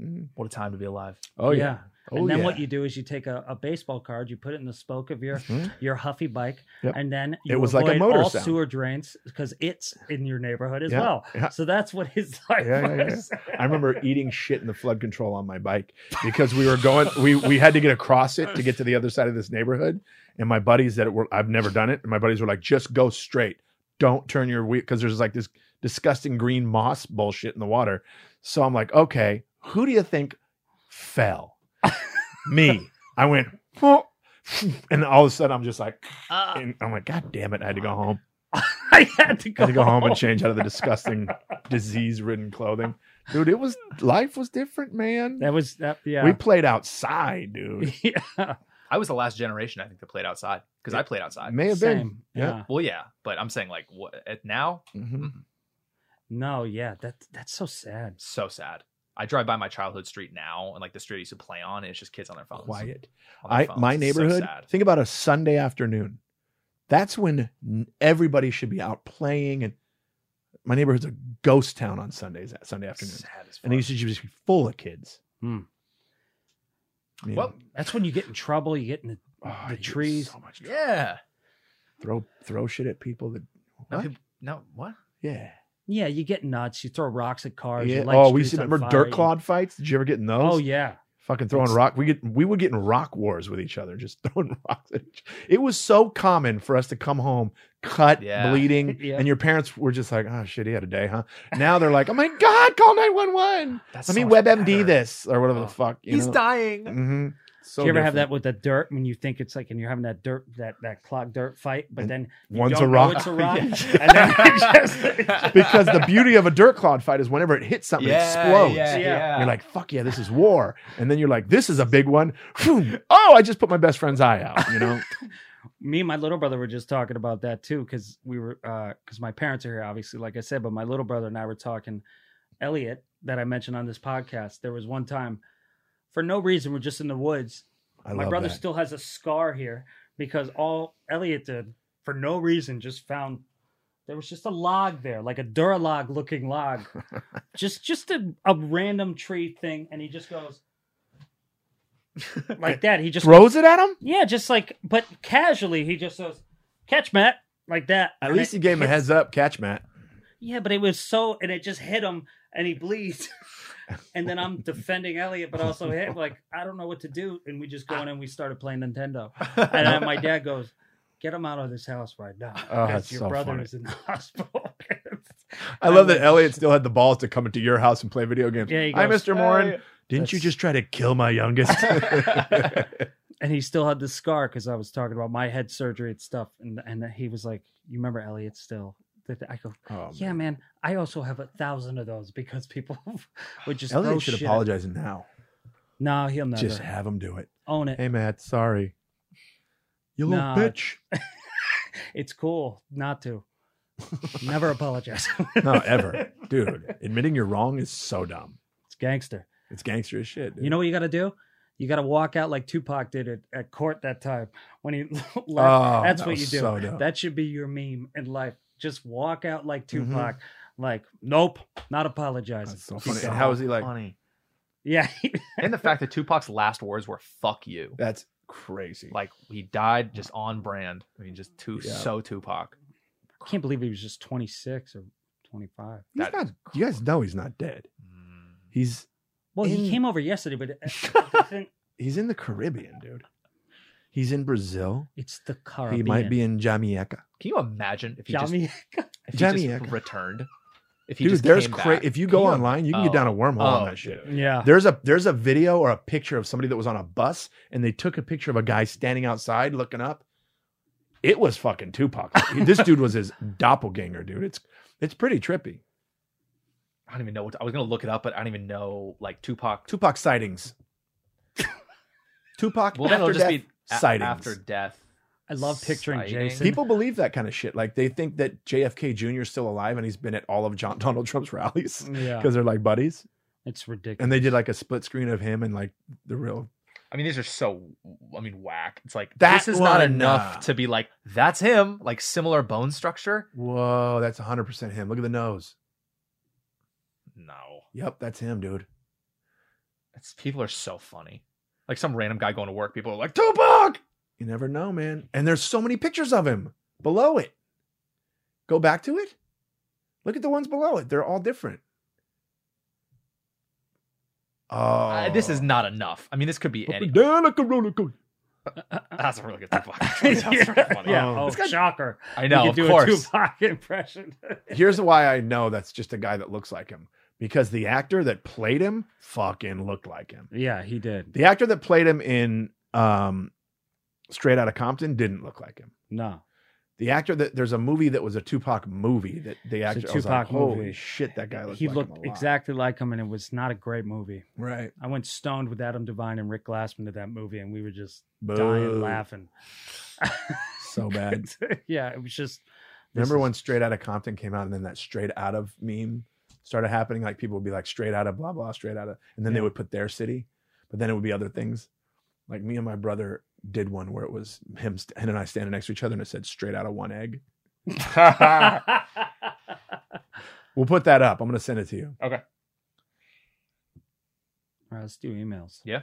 Speaker 2: Mm.
Speaker 3: What a time to be alive.
Speaker 2: Oh, yeah. Oh,
Speaker 4: and then
Speaker 2: yeah.
Speaker 4: what you do is you take a, a baseball card, you put it in the spoke of your
Speaker 2: Mhm.
Speaker 4: your huffy bike,
Speaker 2: Yep.
Speaker 4: and then you
Speaker 2: It was like a
Speaker 4: avoid
Speaker 2: motor
Speaker 4: all
Speaker 2: sound.
Speaker 4: sewer drains because it's in your neighborhood as
Speaker 2: Yeah,
Speaker 4: well.
Speaker 2: yeah.
Speaker 4: So that's what his life
Speaker 2: Yeah, yeah, yeah.
Speaker 4: was.
Speaker 2: I remember eating shit in the flood control on my bike because we were going we we had to get across it to get to the other side of this neighborhood. And my buddies that were I've never done it, and my buddies were like, just go straight. Don't turn your wheel because there's like this disgusting green moss bullshit in the water. So I'm like, okay, who do you think fell? Me. I went, "Whoa," and all of a sudden I'm just like,
Speaker 4: Uh,
Speaker 2: and I'm like, God damn it, I had to go home.
Speaker 4: I had to
Speaker 2: I
Speaker 4: go,
Speaker 2: had to go home and change out of the disgusting disease-ridden clothing. Dude, it was life was different, man.
Speaker 4: That was that. Yeah.
Speaker 2: We played outside, dude.
Speaker 4: yeah.
Speaker 3: I was the last generation I think that played outside because I played outside.
Speaker 2: May have
Speaker 4: Same.
Speaker 2: been. Yeah.
Speaker 4: yeah.
Speaker 3: Well, yeah, but I'm saying like what at now?
Speaker 2: Mhm.
Speaker 4: No. Yeah. That that's so sad.
Speaker 3: So sad. I drive by my childhood street now, and like the street I used to play on, and it's just kids on their phones.
Speaker 2: Quiet.
Speaker 3: on their
Speaker 2: I
Speaker 3: phones.
Speaker 2: my
Speaker 3: It's so
Speaker 2: neighborhood.
Speaker 3: sad.
Speaker 2: think about a Sunday afternoon. That's when n- everybody should be out playing, and my neighborhood's a ghost town on Sundays. That Sunday afternoon,
Speaker 3: Sad as
Speaker 2: and it used
Speaker 3: fuck.
Speaker 2: to just be full of kids.
Speaker 4: Hmm.
Speaker 2: Yeah.
Speaker 3: Well,
Speaker 4: That's when you get in trouble. You get in the
Speaker 2: Oh, I
Speaker 4: the
Speaker 2: get
Speaker 4: trees.
Speaker 2: so much
Speaker 3: yeah.
Speaker 2: throw throw shit at people that.
Speaker 3: No,
Speaker 2: What?
Speaker 3: people, no, what?
Speaker 2: Yeah.
Speaker 4: yeah. You get nuts. You throw rocks at cars.
Speaker 2: yeah.
Speaker 4: You light
Speaker 2: Oh, we
Speaker 4: streets
Speaker 2: used to
Speaker 4: on
Speaker 2: remember
Speaker 4: fire,
Speaker 2: dirt
Speaker 4: you-
Speaker 2: clod fights. Did you ever get in those?
Speaker 4: Oh yeah.
Speaker 2: Fucking throwing
Speaker 4: It's-
Speaker 2: rock. We get we would get in rock wars with each other, just throwing rocks at each It was so common for us to come home cut,
Speaker 3: Yeah.
Speaker 2: bleeding,
Speaker 4: Yeah.
Speaker 2: and your parents were just like, "Oh shit, he had a day, huh?" Now they're like, "Oh my god, call nine one one.
Speaker 3: That's
Speaker 2: Let
Speaker 3: so
Speaker 2: me WebMD
Speaker 3: much better.
Speaker 2: this or whatever
Speaker 3: Oh.
Speaker 2: the fuck." You
Speaker 3: He's
Speaker 2: know?
Speaker 3: dying.
Speaker 2: hmm So
Speaker 4: Do you ever have that with the dirt when you think it's like and you're having that dirt that that clogged dirt fight, but
Speaker 2: And
Speaker 4: then you
Speaker 2: one's
Speaker 4: don't
Speaker 2: a
Speaker 4: know
Speaker 2: rock.
Speaker 4: it's a rock,
Speaker 2: Yeah.
Speaker 4: and then it just, it just-
Speaker 2: because the beauty of a dirt clod fight is whenever it hits something, it
Speaker 3: Yeah,
Speaker 2: explodes.
Speaker 3: yeah, yeah.
Speaker 2: You're like, "Fuck yeah, this is war," and then you're like, "This is a big one." Phew. Oh, I just put my best friend's eye out. You know.
Speaker 4: me and my little brother were just talking about that too because we were because my parents are here obviously like i said but my little brother and i were talking elliot that i mentioned on this podcast there was one time for no reason we're just in the woods
Speaker 2: I
Speaker 4: my
Speaker 2: love
Speaker 4: brother
Speaker 2: that.
Speaker 4: still has a scar here because all elliot did for no reason just found there was just a log there like a duralog looking log just just a, a random tree thing and he just goes like that he just
Speaker 2: throws it at him.
Speaker 4: yeah, just like, but casually, he just says, "Catch, Matt," like that.
Speaker 2: At
Speaker 4: And
Speaker 2: least
Speaker 4: it
Speaker 2: he gave him a
Speaker 4: hit-
Speaker 2: heads up, catch Matt.
Speaker 4: Yeah, but it was so, and it just hit him, and he bleeds. and then I'm defending Elliot, but also him. Like I don't know what to do, and we just go in and we started playing Nintendo. And then my dad goes, "Get him out of this house right now."
Speaker 2: Oh,
Speaker 4: because
Speaker 2: that's
Speaker 4: your
Speaker 2: so
Speaker 4: brother
Speaker 2: funny.
Speaker 4: is in the hospital.
Speaker 2: I love that
Speaker 4: was-
Speaker 2: Elliot still had the balls to come into your house and play video games.
Speaker 4: Yeah, he
Speaker 2: Hi,
Speaker 4: goes,
Speaker 2: Mr. Morin.
Speaker 3: "Hey."
Speaker 2: Didn't you
Speaker 4: That's-
Speaker 2: just try to kill my youngest?
Speaker 4: and he still had the scar because I was talking about my head surgery and stuff, and and he was like, "You remember Elliot still?" I go,
Speaker 2: oh,
Speaker 4: Yeah, man. I also have a thousand of those because people would just throw
Speaker 2: Elliot should
Speaker 4: shit.
Speaker 2: apologize now.
Speaker 4: No, he'll never
Speaker 2: Just have him do it.
Speaker 4: own it.
Speaker 2: Hey, Matt, sorry. You little
Speaker 4: Nah.
Speaker 2: bitch.
Speaker 4: It's cool not to. never apologize.
Speaker 2: No, ever. Dude, admitting you're wrong is so dumb.
Speaker 4: It's gangster.
Speaker 2: It's gangster as shit. dude.
Speaker 4: You know what you got to do? You got to walk out like Tupac did at, at court that time when he left.
Speaker 2: Oh,
Speaker 4: That's
Speaker 2: that
Speaker 4: what
Speaker 2: was
Speaker 4: you do.
Speaker 2: so dumb.
Speaker 4: that should be your meme in life. Just walk out like
Speaker 2: Mm-hmm.
Speaker 4: Tupac. Like, nope, not apologizing.
Speaker 2: That's so
Speaker 4: Keep
Speaker 2: funny. And
Speaker 4: going.
Speaker 2: how is he like?
Speaker 3: Funny.
Speaker 4: Yeah,
Speaker 3: And the fact that Tupac's last words were "fuck you,"
Speaker 2: That's crazy.
Speaker 3: like he died just on brand. I mean, just too
Speaker 2: Yeah.
Speaker 3: so Tupac.
Speaker 4: I can't believe he was just 26 or 25.
Speaker 2: he's
Speaker 3: that
Speaker 2: not,
Speaker 3: is
Speaker 2: you guys know he's not dead.
Speaker 3: Mm.
Speaker 2: He's
Speaker 4: Well, he
Speaker 2: In-
Speaker 4: came over yesterday, but uh, the thing-
Speaker 2: he's in the Caribbean, dude. He's in Brazil.
Speaker 4: It's the Caribbean.
Speaker 2: He might be in Jamaica.
Speaker 3: Can you imagine if he just,
Speaker 4: Johnny.
Speaker 3: if he just
Speaker 2: Jamaica.
Speaker 3: returned? If he
Speaker 2: Dude,
Speaker 3: just
Speaker 2: there's
Speaker 3: came
Speaker 2: cra-
Speaker 3: back?
Speaker 2: if you
Speaker 3: Can
Speaker 2: go online, you can
Speaker 3: oh.
Speaker 2: get down a wormhole
Speaker 3: Oh,
Speaker 2: on that shit.
Speaker 3: dude.
Speaker 4: yeah.
Speaker 2: There's a there's a video or a picture of somebody that was on a bus and they took a picture of a guy standing outside looking up. It was fucking Tupac. this dude was his doppelganger, dude. It's it's pretty trippy.
Speaker 3: I don't even know what I was gonna look it up, but I don't even know like Tupac.
Speaker 2: Tupac sightings. Tupac
Speaker 3: Well, then
Speaker 2: after
Speaker 3: it'll just
Speaker 2: death
Speaker 3: be a-
Speaker 2: sightings.
Speaker 3: after death.
Speaker 4: I love picturing
Speaker 3: Sighting.
Speaker 4: Jason.
Speaker 2: People believe that kind of shit. Like they think that JFK Jr. is still alive and he's been at all of John Donald Trump's rallies.
Speaker 3: Mm,
Speaker 4: yeah.
Speaker 2: because they're like buddies
Speaker 4: It's ridiculous.
Speaker 2: and they did like a split screen of him and like the real
Speaker 3: I mean, these are so. I mean, whack. It's like
Speaker 2: That
Speaker 3: this is not
Speaker 2: one,
Speaker 3: enough
Speaker 2: uh,
Speaker 3: to be like that's him. Like similar bone structure.
Speaker 2: whoa that's 100% him look at the nose
Speaker 3: No,
Speaker 2: yep that's him dude
Speaker 3: it's people are so funny. Like some random guy going to work, people are like Tupac.
Speaker 2: You never know, man. And there's so many pictures of him below it. Go back to it. Look at the ones below it. They're all different. Oh,
Speaker 3: Uh, this is not enough. I mean, this could be any.
Speaker 2: down like a roller coaster.
Speaker 3: That's a really good Tupac. That's really funny.
Speaker 4: yeah.
Speaker 2: Oh.
Speaker 4: Oh,
Speaker 2: This guy-
Speaker 4: shocker.
Speaker 3: I
Speaker 4: you
Speaker 3: know,
Speaker 4: could
Speaker 3: of
Speaker 4: do a
Speaker 3: course.
Speaker 4: Tupac impression.
Speaker 2: Here's why I know that's just a guy that looks like him because the actor that played him fucking looked like him.
Speaker 4: yeah, he did.
Speaker 2: The actor that played him in um, Straight Outta Compton didn't look like him.
Speaker 4: No.
Speaker 2: The actor that there's a movie that was a Tupac movie that the
Speaker 4: It's a
Speaker 2: actor I was like,
Speaker 4: Tupac
Speaker 2: holy
Speaker 4: movie.
Speaker 2: shit that guy looked
Speaker 4: he
Speaker 2: like
Speaker 4: looked
Speaker 2: him a lot.
Speaker 4: exactly like him, and it was not a great movie.
Speaker 2: right
Speaker 4: I went stoned with Adam Devine and Rick Glassman to that movie, and we were just
Speaker 2: Boo.
Speaker 4: dying laughing.
Speaker 2: so bad.
Speaker 4: yeah, it was just. this
Speaker 2: Remember
Speaker 4: is-
Speaker 2: when Straight Outta Compton came out and then that Straight Out of meme started happening? Like people would be like Straight Outta blah blah Straight Outta, and then they
Speaker 4: Yeah.
Speaker 2: would put their city, but then it would be other things. Like me and my brother did one where it was him st- him and I standing next to each other and it said Straight Outta One Egg. We'll put that up. I'm gonna send it to you.
Speaker 4: All right, let's do emails.
Speaker 2: Do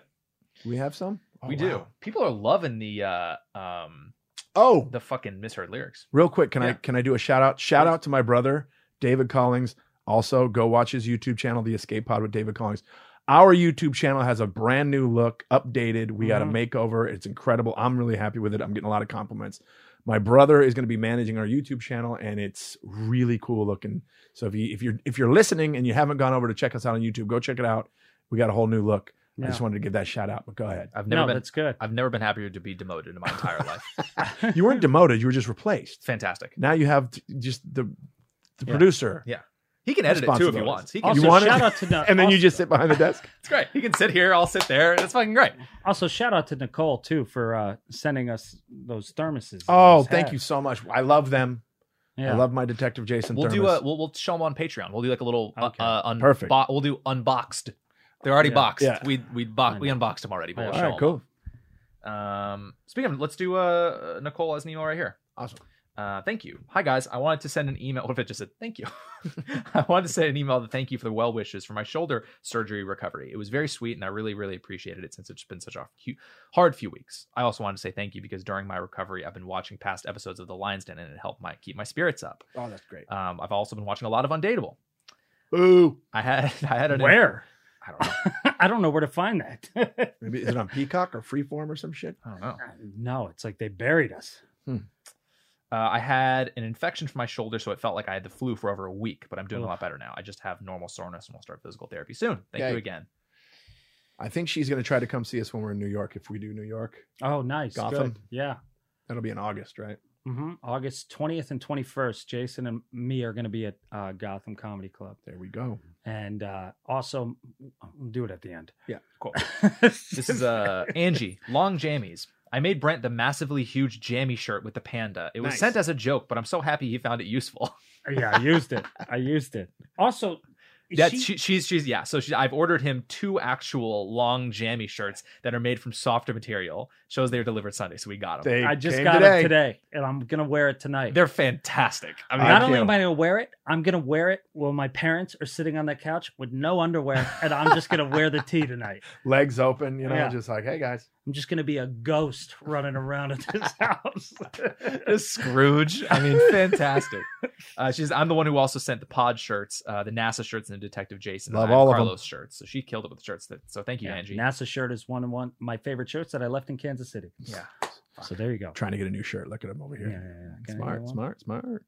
Speaker 2: we have some? Oh,
Speaker 3: we do.
Speaker 2: wow.
Speaker 3: People are loving the uh um
Speaker 2: Oh,
Speaker 3: the fucking misheard lyrics.
Speaker 2: Real quick, can I
Speaker 3: Yeah.
Speaker 2: can I do a shout out? Shout
Speaker 3: Please.
Speaker 2: out to my brother David Collings. Also, go watch his YouTube channel, The Escape Pod with David Collings. Our YouTube channel has a brand new look, updated. We got a
Speaker 3: Mm-hmm.
Speaker 4: Mhm.
Speaker 2: makeover. It's incredible. I'm really happy with it. I'm getting a lot of compliments. My brother is going to be managing our YouTube channel, and it's really cool looking. So if you if you're if you're listening and you haven't gone over to check us out on YouTube, go check it out. We got a whole new look. I just
Speaker 4: Yeah.
Speaker 2: wanted to give that shout out. But go ahead.
Speaker 3: I've never
Speaker 4: No,
Speaker 3: been
Speaker 4: that's good.
Speaker 3: I've never been happier to be demoted in my entire life.
Speaker 2: You weren't demoted. You were just replaced.
Speaker 3: Fantastic.
Speaker 2: Now you have t- just the the
Speaker 3: Yeah.
Speaker 2: producer.
Speaker 3: He can edit it too if he
Speaker 2: Responsibilities.
Speaker 3: wants. He can.
Speaker 4: Also,
Speaker 2: You wanted-
Speaker 4: shout out to Na-
Speaker 2: and then you
Speaker 4: also-
Speaker 2: just sit behind the desk.
Speaker 3: It's great. He can sit here. I'll sit there. It's fucking great.
Speaker 4: Also, shout out to Nicole too for uh, sending us those thermoses. and
Speaker 2: Oh,
Speaker 4: those
Speaker 2: thank you
Speaker 4: hats.
Speaker 2: so much. I love them.
Speaker 4: Yeah.
Speaker 2: I love my detective Jason.
Speaker 3: We'll do
Speaker 2: Thermos.
Speaker 3: a we'll, we'll show them on Patreon. We'll do like a little uh,
Speaker 4: Okay.
Speaker 3: uh, un-
Speaker 2: Perfect.
Speaker 3: bo- we'll do unboxed. They're already
Speaker 4: Yeah.
Speaker 3: boxed.
Speaker 2: Yeah.
Speaker 3: We we
Speaker 4: I
Speaker 3: bo- we
Speaker 4: know.
Speaker 3: unboxed them already. But
Speaker 4: I
Speaker 3: we'll
Speaker 4: know.
Speaker 2: All
Speaker 3: show
Speaker 2: right,
Speaker 3: 'em.
Speaker 2: cool.
Speaker 3: Um, speaking of, let's do uh, Nicole as an email right here.
Speaker 2: Awesome.
Speaker 3: Uh, thank you. Hi guys, I wanted to send an email. What if it just said thank you? I wanted to send an email to thank you for the well wishes for my shoulder surgery recovery. It was very sweet, and I really, really appreciated it since it's been such a hu- hard few weeks. I also wanted to say thank you because during my recovery, I've been watching past episodes of The Lion's Den, and it helped my keep my spirits up.
Speaker 2: Oh, that's great.
Speaker 3: Um, I've also been watching a lot of Undateable.
Speaker 2: Ooh,
Speaker 3: I had I had an
Speaker 4: Where?
Speaker 3: I don't know.
Speaker 4: I don't know where to find that.
Speaker 2: maybe is it on Peacock or Freeform or some shit?
Speaker 3: I don't know.
Speaker 4: no, it's like they buried us.
Speaker 3: Uh, I had an infection from my shoulder, so it felt like I had the flu for over a week, but I'm doing a
Speaker 4: Ugh.
Speaker 3: lot better now. I just have normal soreness and will start physical therapy soon. Thank
Speaker 2: Yay.
Speaker 3: you again.
Speaker 2: I think she's going to try to come see us when we're in New York. If we do New York,
Speaker 4: Oh, nice.
Speaker 2: Gotham.
Speaker 4: Good. Yeah.
Speaker 2: that'll be in August, right?
Speaker 4: hmm August 20th and 21st, Jason and me are going to be at uh, Gotham Comedy Club.
Speaker 2: There we go.
Speaker 4: And uh, also, we'll do it at the end.
Speaker 2: Yeah,
Speaker 3: cool.
Speaker 4: this
Speaker 3: This is uh, Angie, long jammies. I made Brent the massively huge jammy shirt with the panda. It was
Speaker 2: Nice.
Speaker 3: sent as a joke, but I'm so happy he found it useful.
Speaker 4: yeah, I used it. I used it. Also,
Speaker 3: That
Speaker 4: she-
Speaker 3: she, she's she's yeah. So she, I've ordered him two actual long jammy shirts that are made from softer material. Shows they were delivered Sunday, so we got them.
Speaker 2: They
Speaker 4: I just
Speaker 2: came
Speaker 4: got
Speaker 2: today.
Speaker 4: it today, and I'm gonna wear it tonight.
Speaker 3: They, are fantastic. I mean,
Speaker 4: Not
Speaker 2: I
Speaker 4: only
Speaker 2: can't-
Speaker 4: am I gonna wear it, I'm gonna wear it while my parents are sitting on that couch with no underwear, and I'm just gonna wear the tee tonight.
Speaker 2: Legs open, you know,
Speaker 4: Yeah.
Speaker 2: just like hey guys.
Speaker 4: I'm just gonna be a ghost running around at this house.
Speaker 3: Scrooge. I mean, fantastic. Uh, she's. I'm the one who also sent the pod shirts, uh, the NASA shirts, and the Detective Jason. and
Speaker 2: Love
Speaker 3: I have
Speaker 2: all of 'em.
Speaker 3: Carlos shirts. So she killed it with the shirts. That, so thank you,
Speaker 4: Yeah,
Speaker 3: Angie.
Speaker 4: NASA shirt is one of one my favorite shirts that I left in Kansas City.
Speaker 3: yeah.
Speaker 4: So there you go.
Speaker 2: Trying to get a new shirt. Look at him over
Speaker 4: Yeah,
Speaker 2: here.
Speaker 4: yeah, yeah. Can I get
Speaker 2: Smart,
Speaker 4: one?
Speaker 2: smart, smart.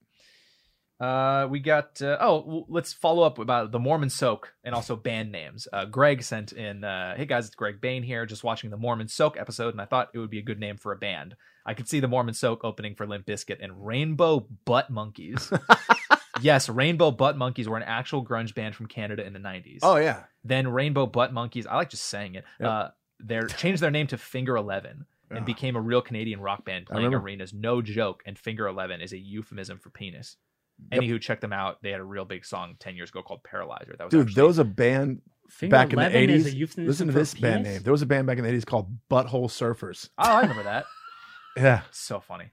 Speaker 3: Uh, we got uh, oh, w- let's follow up about the Mormon Soak and also band names. Uh, Greg sent in, uh, hey guys, it's Greg Bain here, just watching the Mormon Soak episode, and I thought it would be a good name for a band. I could see the Mormon Soak opening for Limp Bizkit and Rainbow Butt Monkeys. yes, Rainbow Butt Monkeys were an actual grunge band from Canada in the '90s.
Speaker 2: Oh yeah,
Speaker 3: then Rainbow Butt Monkeys, I like just saying it.
Speaker 2: Yep.
Speaker 3: Uh, they changed their name to Finger Eleven and
Speaker 2: Ugh.
Speaker 3: became a real Canadian rock band
Speaker 2: I
Speaker 3: playing
Speaker 2: remember.
Speaker 3: arenas. No joke. And Finger Eleven is a euphemism for penis.
Speaker 2: Yep.
Speaker 3: Anywho, check them out. They had a real big song ten years ago called Paralyzer. That was
Speaker 2: dude,
Speaker 3: actually-
Speaker 2: there was a band.
Speaker 4: Finger
Speaker 2: Back in the
Speaker 4: 11 is a
Speaker 2: 80s,
Speaker 4: euphemism
Speaker 2: Listen to
Speaker 4: for
Speaker 2: this band
Speaker 4: penis?
Speaker 2: name. There was a band back in the '80s called Butthole Surfers.
Speaker 3: Oh, I remember that.
Speaker 2: Yeah,
Speaker 3: So funny.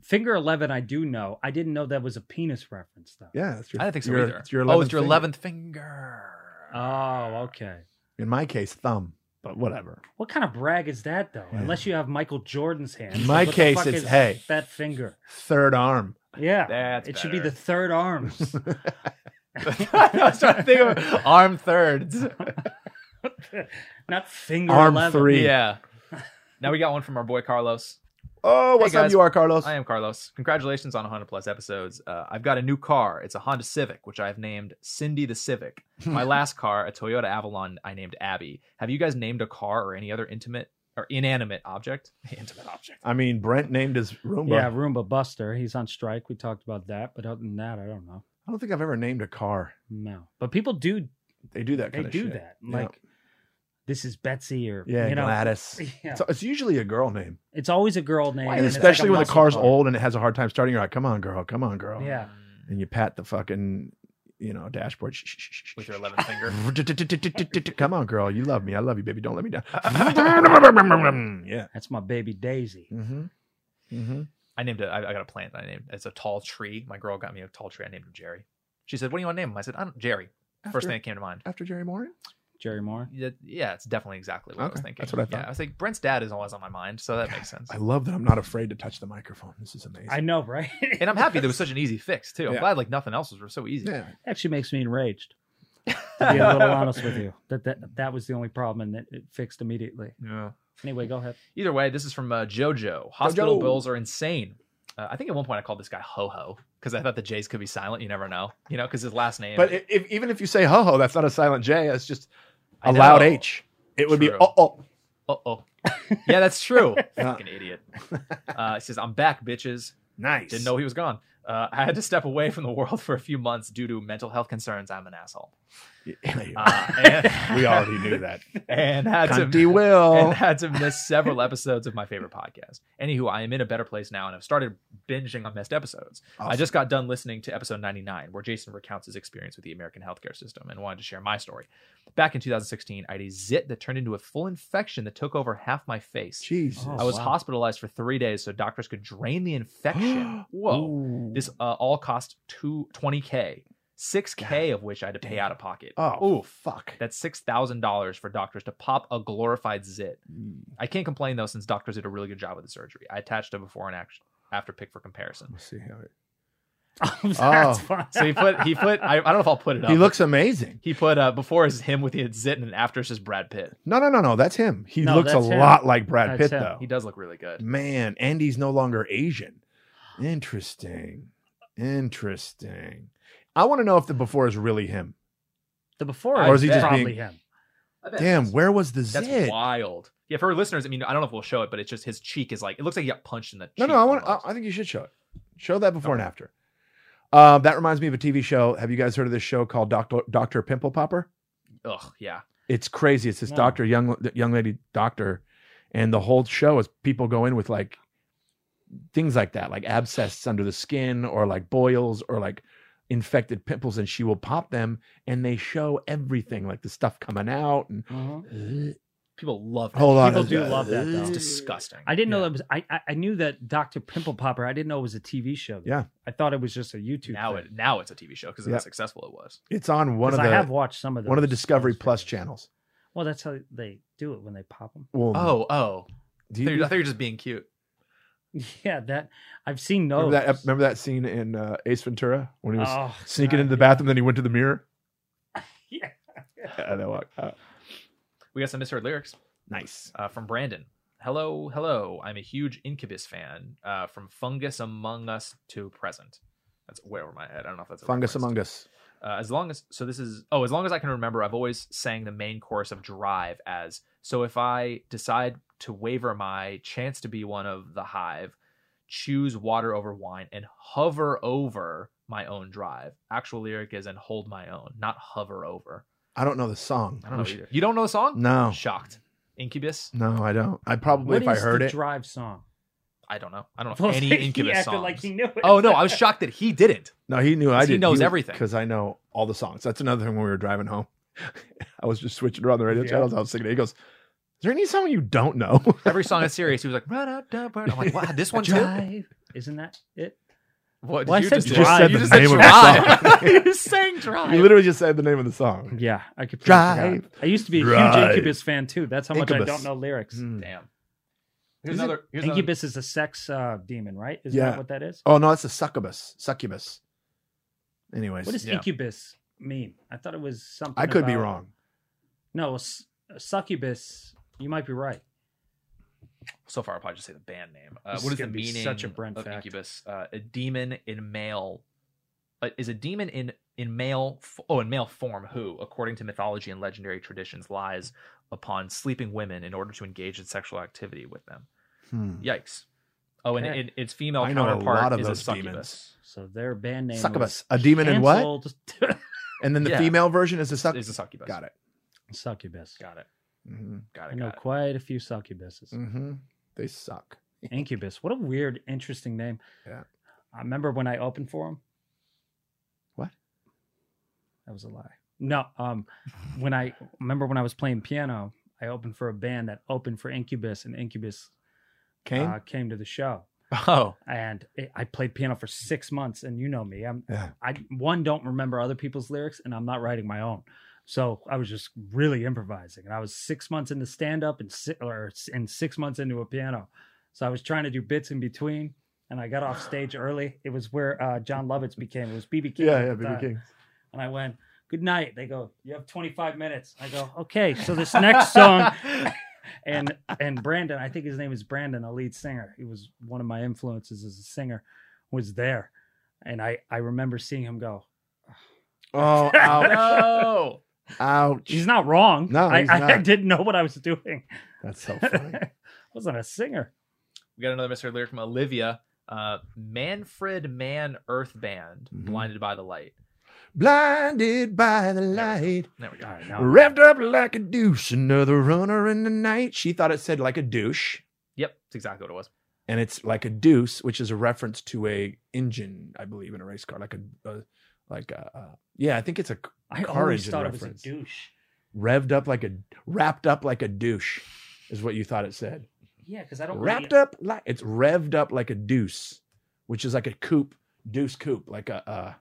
Speaker 4: Finger eleven, I do know. I didnn't know that was a penis reference though.
Speaker 2: yeah. That's your,
Speaker 3: I didn't think so
Speaker 2: your-
Speaker 3: either.
Speaker 2: It's your
Speaker 3: oh, it's
Speaker 2: 11th
Speaker 3: your
Speaker 2: finger.
Speaker 3: eleventh finger.
Speaker 4: Oh, okay.
Speaker 2: In my case, thumb. but whatever.
Speaker 4: What kind of brag is that though? Unless you have Michael Jordan's hand.
Speaker 2: In my
Speaker 4: What the
Speaker 2: case,
Speaker 4: fuck
Speaker 2: it's,
Speaker 4: is
Speaker 2: hey.
Speaker 4: that finger.
Speaker 2: Third arm.
Speaker 4: Yeah,
Speaker 3: That's
Speaker 4: it should be
Speaker 3: better.
Speaker 4: the third arms.
Speaker 3: I was trying to think of arm thirds.
Speaker 4: Not finger
Speaker 2: Arm
Speaker 4: 11.
Speaker 2: three.
Speaker 3: Yeah. Now we got one from our boy Carlos.
Speaker 2: Oh, what's up?
Speaker 3: guys.
Speaker 2: You are Carlos.
Speaker 3: I am Carlos. Congratulations on 100 plus episodes. Uh, I've got a new car. It's a Honda Civic, which I've named Cindy the Civic. My last car, a Toyota Avalon, I named Abby. Have you guys named a car or any other intimate or inanimate object? Intimate object.
Speaker 2: I mean, Brent named his Roomba.
Speaker 4: Yeah, Roomba Buster. He's on strike. We talked about that, but other than that, I don't know.
Speaker 2: I don't think I've ever named a car.
Speaker 4: No, but people do.
Speaker 2: They do that.
Speaker 4: They
Speaker 2: Kind of
Speaker 4: do
Speaker 2: shit.
Speaker 4: that.
Speaker 2: Yeah.
Speaker 4: Like this is Betsy or
Speaker 2: yeah,
Speaker 4: you know,
Speaker 2: Gladys.
Speaker 4: Yeah.
Speaker 2: So it's usually a girl name,
Speaker 4: it's always a girl name,
Speaker 2: and
Speaker 4: and it's like a
Speaker 2: especially when the
Speaker 4: muscle
Speaker 2: car's
Speaker 4: car.
Speaker 2: old and it has a hard time starting. You're like, "Come on, girl! Come on, girl!"
Speaker 4: Yeah.
Speaker 2: And you pat the fucking, you know, dashboard Shh, shh, shh, shh,
Speaker 3: With
Speaker 2: shh,
Speaker 3: your 11th finger.
Speaker 2: shh. Come on, girl! You love me. I love you, baby. Don't let me down. yeah.
Speaker 4: That's my baby Daisy.
Speaker 2: Mm-hmm. Mm-hmm.
Speaker 3: I named it. I I got a plant. I named it's a tall tree. My girl got me a tall tree. I named him Jerry. She said, "What do you want to name him?" I said, "I don't Jerry." First
Speaker 2: After-
Speaker 3: thing that came to mind.
Speaker 2: after Jerry Morin.
Speaker 4: Jerry Moore.
Speaker 3: Yeah, yeah, it's definitely exactly what I was
Speaker 2: Okay,
Speaker 3: thinking.
Speaker 2: that's what I
Speaker 3: Yeah,
Speaker 2: thought.
Speaker 3: I was like, Brent's dad is always on my mind, so that makes sense.
Speaker 2: I love that I'm not afraid to touch the microphone. This is amazing.
Speaker 4: I know, right?
Speaker 3: and I'm happy there was such an easy fix too. I'm
Speaker 2: Yeah.
Speaker 3: glad like nothing else was so easy.
Speaker 2: yeah.
Speaker 4: actually makes me enraged. To be a little honest with you, that that that was the only problem, and it, it fixed immediately.
Speaker 3: Yeah.
Speaker 4: Anyway, go ahead.
Speaker 3: Either way, this is from uh, JoJo. Hospital
Speaker 2: Jojo.
Speaker 3: bills are insane. Uh, I think at one point I called this guy Ho Ho because I thought the J's could be silent. You never know, you know, because his last name.
Speaker 2: But i- if, even if you say ho ho, that's not a silent J. That's just
Speaker 3: I
Speaker 2: a loud
Speaker 3: know.
Speaker 2: H. It would be
Speaker 3: True.
Speaker 2: oh oh.
Speaker 3: Uh oh. Yeah, that's true. Fucking idiot. Uh, he says, "I'm back, bitches."
Speaker 2: Nice.
Speaker 3: Didn't know he was gone. Uh, I had to step away from the world for a few months due to mental health concerns. I'm an asshole. Uh, and,
Speaker 2: we already knew that.
Speaker 3: and had to
Speaker 2: Cunty will.
Speaker 4: Oh.
Speaker 3: and had to miss several episodes of my favorite podcast. Anywho, I am in a better place now, and I've started binging on missed episodes. I
Speaker 2: Awesome.
Speaker 3: just got done listening to episode 99, where Jason recounts his experience with the American healthcare system, and wanted to share my story. Back in 2016, I had a zit that turned into a full infection that took over half my face.
Speaker 2: Jesus.
Speaker 4: Oh,
Speaker 3: I was
Speaker 4: wow.
Speaker 3: hospitalized for three days so doctors could drain the infection. Whoa.
Speaker 2: Ooh.
Speaker 3: This uh, all cost two, 20K, 6K of which I had to pay out of pocket.
Speaker 2: Oh
Speaker 3: Ooh,
Speaker 2: fuck.
Speaker 3: That's $6,000 for doctors to pop a glorified zit.
Speaker 2: Hmm.
Speaker 3: I can't complain though, since doctors did a really good job with the surgery. I attached a before and act- after pic for comparison.
Speaker 2: Let's see how it. Oh,
Speaker 4: That's fine.
Speaker 3: So he put, he put, I, I don't know if I'll put it up.
Speaker 2: He looks amazing.
Speaker 3: he put, uh, before is him with the zit and after is just Brad Pitt.
Speaker 2: No, no, no, no. That's him. He
Speaker 4: No,
Speaker 2: looks a
Speaker 4: that's him.
Speaker 2: lot like Brad Pitt,
Speaker 4: That's him.
Speaker 2: though.
Speaker 3: He does look really good.
Speaker 2: Man, and he's no longer Asian. Interesting. Interesting. I want to know if the before is really him.
Speaker 4: the before,
Speaker 3: Or
Speaker 4: or
Speaker 3: is he just
Speaker 4: probably
Speaker 2: being-
Speaker 4: him.
Speaker 3: I bet
Speaker 2: Damn,
Speaker 3: that's-
Speaker 2: where was the
Speaker 3: That's
Speaker 2: zit?
Speaker 3: wild. Yeah, for our listeners, I mean, I don't know if we'll show it, but it's just his cheek is like, it looks like he got punched in the
Speaker 2: No,
Speaker 3: cheek.
Speaker 2: no, I want. I,
Speaker 3: almost.
Speaker 2: I think you should show it. Show that before and after. Um, that reminds me of a TV show. Have you guys heard of this show called Doctor Doctor Pimple Popper?
Speaker 3: Ugh, yeah.
Speaker 2: It's crazy. It's this
Speaker 4: No.
Speaker 2: doctor, young young lady doctor, and the whole show is people go in with like things like that, like abscesses under the skin, or like boils, or like infected pimples, and she will pop them, and they show everything, like the stuff coming out. And
Speaker 4: Mhm.
Speaker 3: People love that.
Speaker 2: hold on,
Speaker 4: People do love that, though.
Speaker 3: It's disgusting.
Speaker 4: I didn't know
Speaker 2: Yeah.
Speaker 4: that was. I, I I knew that Doctor Pimple Popper. I didn't know it was a TV show.
Speaker 2: Yeah.
Speaker 4: I thought it was just a YouTube.
Speaker 3: now
Speaker 4: thing.
Speaker 3: it now it's a TV show because of
Speaker 2: Yeah.
Speaker 3: how successful it was.
Speaker 2: It's on one
Speaker 4: 'Cause
Speaker 2: of the
Speaker 4: I have watched some of those,
Speaker 2: one of the Discovery
Speaker 4: those
Speaker 2: Plus
Speaker 4: videos.
Speaker 2: channels.
Speaker 4: Well, that's how they do it when they pop them.
Speaker 2: Well,
Speaker 3: Oh, oh.
Speaker 2: do
Speaker 3: I
Speaker 2: you
Speaker 3: thought you I thought you were just being cute.
Speaker 4: Yeah, that I've seen those.
Speaker 2: Remember that, ep- remember that scene in uh, Ace Ventura when he was
Speaker 4: Oh,
Speaker 2: sneaking
Speaker 4: God,
Speaker 2: into the bathroom, then he went to the mirror?
Speaker 4: Yeah.
Speaker 2: Yeah, that walk- uh,
Speaker 3: We got some misheard lyrics
Speaker 2: nice.
Speaker 3: uh, from Brandon. Hello, hello. I'm a huge Incubus fan. Uh, from Fungus Among Us to present. That's way over my head. I don't know if that's a
Speaker 2: Fungus
Speaker 3: reference.
Speaker 2: Among Us.
Speaker 3: Uh, as long as so this is oh as long as I can remember, I've always sang the main chorus of Drive as so if I decide to waver my chance to be one of the hive, choose water over wine and hover over my own drive. Actual lyric is and hold my own, not hover over.
Speaker 2: I don't know the song.
Speaker 3: I don't know
Speaker 2: Wish-
Speaker 3: either. You don't know the song?
Speaker 2: Oh, No,
Speaker 3: Shocked. Incubus?
Speaker 2: no, I don't. I probably,
Speaker 4: What
Speaker 2: if I
Speaker 4: is
Speaker 2: heard
Speaker 4: the
Speaker 2: it,
Speaker 4: drive song?
Speaker 3: I don't know. I don't know
Speaker 4: Well,
Speaker 3: any
Speaker 4: he
Speaker 3: Incubus
Speaker 4: acted
Speaker 3: songs.
Speaker 4: like he knew it.
Speaker 3: oh no, I was shocked that he didn't.
Speaker 2: no, he knew I
Speaker 3: He
Speaker 2: did.
Speaker 3: knows everything.
Speaker 2: Because I know all the songs. That's another thing when we were driving home. I was just switching around the radio
Speaker 4: Yeah.
Speaker 2: channels. I was singing it. He goes, Is there any song you don't know?
Speaker 3: Every song is serious. He was like, run out, da, burn." I'm like, wow, this one too.
Speaker 4: drive. Isn't that it?
Speaker 3: What did
Speaker 4: Well, I
Speaker 3: you
Speaker 4: said
Speaker 3: just, do?
Speaker 4: You just said
Speaker 2: the
Speaker 3: you just said
Speaker 2: name of the
Speaker 3: drive. You're saying drive.
Speaker 2: You literally just said the name of the song.
Speaker 4: Yeah, I could
Speaker 2: Drive.
Speaker 4: I used to be a huge
Speaker 2: Drive.
Speaker 4: Incubus fan too. That's how much I
Speaker 2: Incubus.
Speaker 4: don't know lyrics.
Speaker 2: Mm.
Speaker 3: Damn. Here's
Speaker 4: Is it-
Speaker 3: another. Here's another.
Speaker 4: Incubus is a sex uh, demon, right? Is
Speaker 2: Yeah.
Speaker 4: that what that is?
Speaker 2: Oh no, that's a succubus. Succubus. Anyways,
Speaker 4: What does
Speaker 3: Yeah.
Speaker 4: incubus mean? I thought it was something.
Speaker 2: I could be
Speaker 4: about-
Speaker 2: wrong.
Speaker 4: No, s- succubus. You might be right.
Speaker 3: So far, I'll probably just say the band name. Uh,
Speaker 4: This
Speaker 3: what
Speaker 4: is
Speaker 3: is the
Speaker 4: gonna be
Speaker 3: meaning
Speaker 4: such a Brent
Speaker 3: of
Speaker 4: fact.
Speaker 3: incubus? Uh, a demon in male. Uh, is a demon in in male? f- Oh, in male form. Who, according to mythology and legendary traditions, lies upon sleeping women in order to engage in sexual activity with them.
Speaker 2: Hmm.
Speaker 3: Yikes. Oh, and
Speaker 4: Okay.
Speaker 3: it, its female
Speaker 2: I know a
Speaker 3: counterpart
Speaker 2: lot of
Speaker 3: is
Speaker 2: those
Speaker 3: a succubus.
Speaker 2: demons.
Speaker 4: So their band name.
Speaker 2: Succubus.
Speaker 4: was
Speaker 2: A demon in what?
Speaker 4: canceled.
Speaker 2: And then the
Speaker 3: Yeah.
Speaker 2: female version is a
Speaker 3: Is a
Speaker 2: succubus.
Speaker 3: succubus.
Speaker 2: Got it.
Speaker 4: succubus.
Speaker 3: Got it.
Speaker 2: hmm
Speaker 3: Got
Speaker 4: I
Speaker 3: it.
Speaker 4: know
Speaker 3: Got it.
Speaker 4: quite a few succubuses.
Speaker 2: hmm They suck.
Speaker 4: Incubus. What a weird, interesting name.
Speaker 2: Yeah.
Speaker 4: I remember when I opened for him.
Speaker 2: What?
Speaker 4: That was a lie. No, um, when I remember when I was playing piano, I opened for a band that opened for Incubus, and Incubus
Speaker 2: Kane.
Speaker 4: Uh, came to the show,
Speaker 3: Oh,
Speaker 4: and it, I played piano for six months. And you know me, I'm
Speaker 2: yeah.
Speaker 4: I one don't remember other people's lyrics, and I'm not writing my own. So I was just really improvising, and I was six months into stand up and si- or s- and six months into a piano. So I was trying to do bits in between, and I got off stage early. It was where uh, John Lovitz became. It was BB King.
Speaker 2: Yeah,
Speaker 4: at
Speaker 2: yeah,
Speaker 4: the
Speaker 2: BB
Speaker 4: time.
Speaker 2: King.
Speaker 4: And I went, "Good night." They go, "You have 25 minutes." I go, "Okay." So this next song, and and Brandon, I think his name is Brandon, a lead singer. He was one of my influences as a singer, was there, and I I remember seeing him go.
Speaker 2: Oh, ouch.
Speaker 3: no.
Speaker 2: ouch.
Speaker 4: He's not wrong.
Speaker 2: No,
Speaker 4: I,
Speaker 2: he's
Speaker 4: I, I
Speaker 2: not.
Speaker 4: didn't know what I was doing.
Speaker 2: That's so funny.
Speaker 4: I wasn't a singer.
Speaker 3: We got another mystery lyric from Olivia. Uh, Manfred Mann Earth Band,
Speaker 2: Mhm.
Speaker 3: Blinded by the Light.
Speaker 2: Blinded by the light,
Speaker 3: There we go.
Speaker 4: All right, now-
Speaker 2: wrapped up like a douche, another runner in the night. She thought it said like a douche,
Speaker 3: Yep, that's exactly what it was.
Speaker 2: and it's like a deuce, which is a reference to a engine, I believe, in a race car, like a, a like a, uh, yeah, I think it's a
Speaker 4: I always
Speaker 2: Courage and
Speaker 4: thought it
Speaker 2: reference.
Speaker 4: was a douche.
Speaker 2: revved up like a wrapped up like a douche, is what you thought it said.
Speaker 4: Yeah, because I don't
Speaker 2: Wrapped
Speaker 4: really,
Speaker 2: up like it's revved up like a deuce, which is like a coupe, deuce coupe, like a. Uh,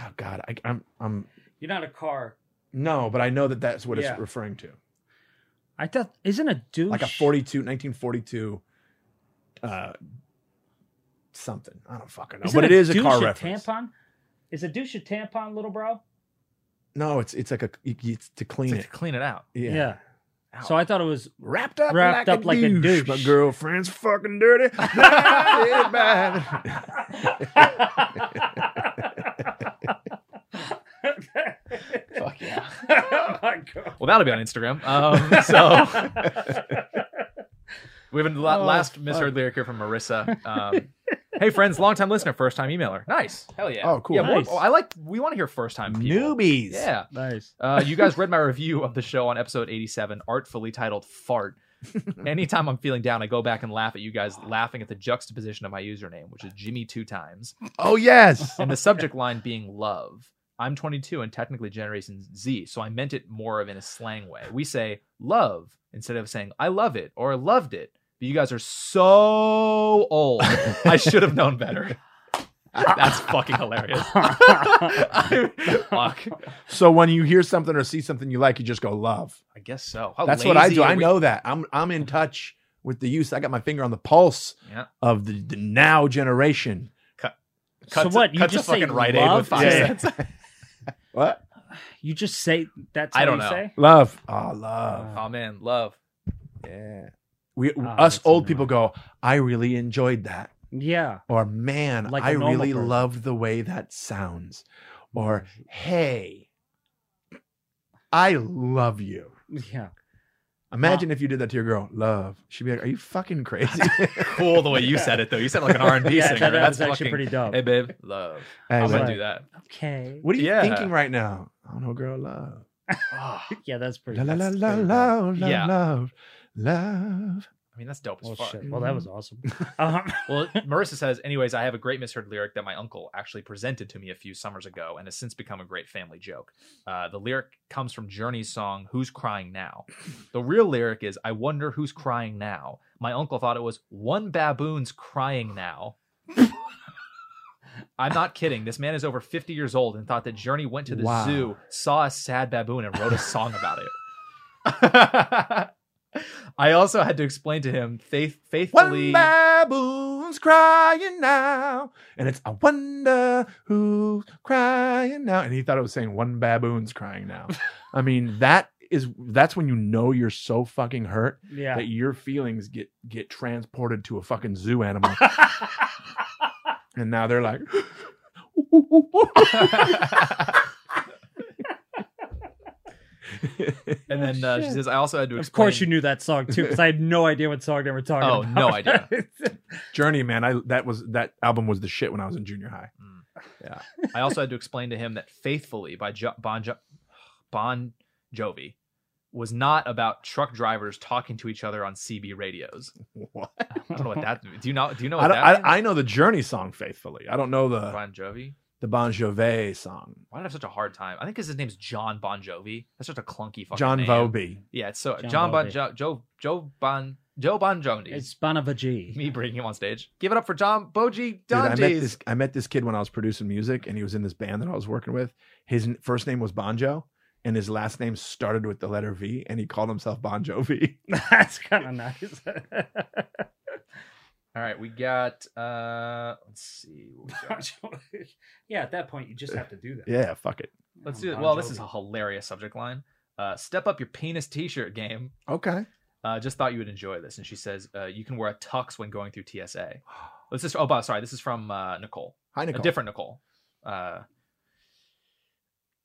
Speaker 2: oh God, I, I'm I'm
Speaker 4: You're not a car.
Speaker 2: no, but I know that that's what
Speaker 4: Yeah.
Speaker 2: it's referring to.
Speaker 4: I thought isn't a douche
Speaker 2: like a 42 1942 uh something i don't fucking know
Speaker 4: Isn't
Speaker 2: but it is a
Speaker 4: douche
Speaker 2: car reference
Speaker 4: Tampon is a douche a tampon, little bro.
Speaker 2: no it's it's like a it's to
Speaker 3: It's
Speaker 2: clean
Speaker 3: like
Speaker 2: it
Speaker 3: to clean it out.
Speaker 2: yeah,
Speaker 4: So I thought it was
Speaker 2: wrapped up
Speaker 4: Wrapped
Speaker 2: like
Speaker 4: up
Speaker 2: a
Speaker 4: like a
Speaker 2: douche.
Speaker 4: douche.
Speaker 2: my girlfriend's fucking dirty Blinded by the-
Speaker 3: Fuck yeah.
Speaker 4: oh my god.
Speaker 3: Well, that'll be on Instagram. Um, so we have a la-
Speaker 2: Oh,
Speaker 3: last misheard lyric here from Marissa. Um, hey friends, long time listener, first time emailer. Nice. Hell yeah.
Speaker 2: Oh, cool.
Speaker 3: Yeah, more-
Speaker 4: Nice.
Speaker 3: oh, I like. We want to hear first time people.
Speaker 2: newbies
Speaker 3: Yeah.
Speaker 4: nice.
Speaker 3: Uh, you guys read my review of the show on episode 87, artfully titled Fart. Anytime I'm feeling down, I go back and laugh at you guys laughing at the juxtaposition of my username, which is Jimmy two times,
Speaker 2: oh yes
Speaker 3: and the subject line being love. I'm 22 and technically Generation Z, so I meant it more of in a slang way. We say love instead of saying I love it or loved it. But you guys are so old. I should have known better. That's fucking hilarious. I- fuck.
Speaker 2: so when you hear something or see something you like you just go love
Speaker 3: I guess so. How
Speaker 2: that's what i
Speaker 3: lazy
Speaker 2: do i
Speaker 3: are we-
Speaker 2: know that i'm i'm in touch with the youth i got my finger on the pulse
Speaker 3: Yeah.
Speaker 2: of the, the now generation
Speaker 4: so what? You just say love?
Speaker 2: five
Speaker 4: Yeah.
Speaker 2: cents. what
Speaker 4: You just say that's
Speaker 3: I
Speaker 4: how
Speaker 3: don't
Speaker 4: you
Speaker 3: know.
Speaker 4: say.
Speaker 2: Love. Oh, love.
Speaker 3: Oh man, love.
Speaker 2: Yeah. We
Speaker 4: Ah,
Speaker 2: us
Speaker 4: that's
Speaker 2: old
Speaker 4: annoying.
Speaker 2: people go, I really enjoyed that.
Speaker 4: Yeah.
Speaker 2: Or man,
Speaker 4: Like a
Speaker 2: I
Speaker 4: normal
Speaker 2: really
Speaker 4: person.
Speaker 2: love the way that sounds. Or hey, I love you.
Speaker 4: Yeah.
Speaker 2: Imagine if you did that to your girl. Love. She'd be like, Are you fucking crazy?
Speaker 3: Cool the way you said it though. You sound like an R and B
Speaker 4: yeah,
Speaker 3: singer.
Speaker 4: that,
Speaker 3: That's
Speaker 4: was actually
Speaker 3: fucking.
Speaker 4: pretty dope.
Speaker 3: Hey babe, love.
Speaker 2: I
Speaker 3: I'm
Speaker 2: was
Speaker 3: gonna
Speaker 2: like,
Speaker 3: do that.
Speaker 4: Okay.
Speaker 2: what are you
Speaker 3: Yeah.
Speaker 2: thinking right now? I don't know, girl. Love.
Speaker 3: Ah,
Speaker 4: Yeah, that's pretty.
Speaker 2: La la la
Speaker 4: that's
Speaker 2: la
Speaker 4: pretty dope.
Speaker 2: love, love,
Speaker 3: Yeah.
Speaker 2: love, love.
Speaker 3: I mean that's dope as
Speaker 4: Well,
Speaker 3: fuck.
Speaker 4: shit. well, that was awesome. Um,
Speaker 3: Well, Marissa says, anyways, I have a great misheard lyric that my uncle actually presented to me a few summers ago and has since become a great family joke. Uh, the lyric comes from Journey's song, Who's Crying Now? The real lyric is, I wonder who's crying now. My uncle thought it was one baboon's crying now. I'm not kidding. This man is over 50 years old and thought that Journey went to the
Speaker 2: Wow.
Speaker 3: zoo, saw a sad baboon, and wrote a song about it. I also had to explain to him faith, faithfully.
Speaker 2: One baboon's crying now, and it's I wonder who's crying now. And he thought it was saying one baboon's crying now. I mean, that is that's when you know you're so fucking hurt
Speaker 4: Yeah.
Speaker 2: that your feelings get get transported to a fucking zoo animal, and now they're like,
Speaker 3: and then uh, she
Speaker 4: shit.
Speaker 3: says, I also had to
Speaker 4: Of
Speaker 3: explain.
Speaker 4: course, you knew that song too, because I had no idea what song they were talking
Speaker 3: Oh,
Speaker 4: about.
Speaker 3: no idea.
Speaker 2: Journey, man, I that was that album was the shit when I was in junior high.
Speaker 3: I also had to explain to him that Faithfully by jo- Bon, jo- bon Jovi was not about truck drivers talking to each other on CB radios.
Speaker 2: What?
Speaker 3: I don't know what that. Do you not? Do you know
Speaker 2: I,
Speaker 3: what
Speaker 2: don't-
Speaker 3: that?
Speaker 2: I, I know the Journey song faithfully. I don't know the
Speaker 3: means? Bon Jovi.
Speaker 2: the Bon Jovi song.
Speaker 3: Why did I have such a hard time? I think 'cause his name's John Bon Jovi. That's such a clunky fucking
Speaker 2: John
Speaker 3: name.
Speaker 2: Vobe.
Speaker 3: Yeah, it's so
Speaker 4: John
Speaker 3: John Bon
Speaker 4: Vobe.
Speaker 3: jo- Joe Joe Bon Joe Bon Jovi.
Speaker 4: It's Bonavaji.
Speaker 3: me bringing him on stage. Give it up for John Boji
Speaker 2: Dude, I met
Speaker 3: Donji's.
Speaker 2: this I met this kid when I was producing music, and he was in this band that I was working with. His n- first name was Bonjo, and his last name started with the letter V, and he called himself Bon Jovi.
Speaker 4: That's kind of nice.
Speaker 3: All right, we got. uh Let's see. what we got.
Speaker 4: yeah, at that point, you just have to do that.
Speaker 2: yeah, fuck it.
Speaker 3: Let's
Speaker 4: Um,
Speaker 3: do. it.
Speaker 4: Bon
Speaker 3: Well, this is a
Speaker 4: Jovi.
Speaker 3: hilarious subject line. Uh, step up your penis T-shirt game.
Speaker 2: Okay.
Speaker 3: Uh, just thought you would enjoy this, and she says uh, you can wear a tux when going through TSA. Let's just. Oh, but sorry, this is from uh, Nicole.
Speaker 2: Hi, Nicole.
Speaker 3: a different Nicole. Uh,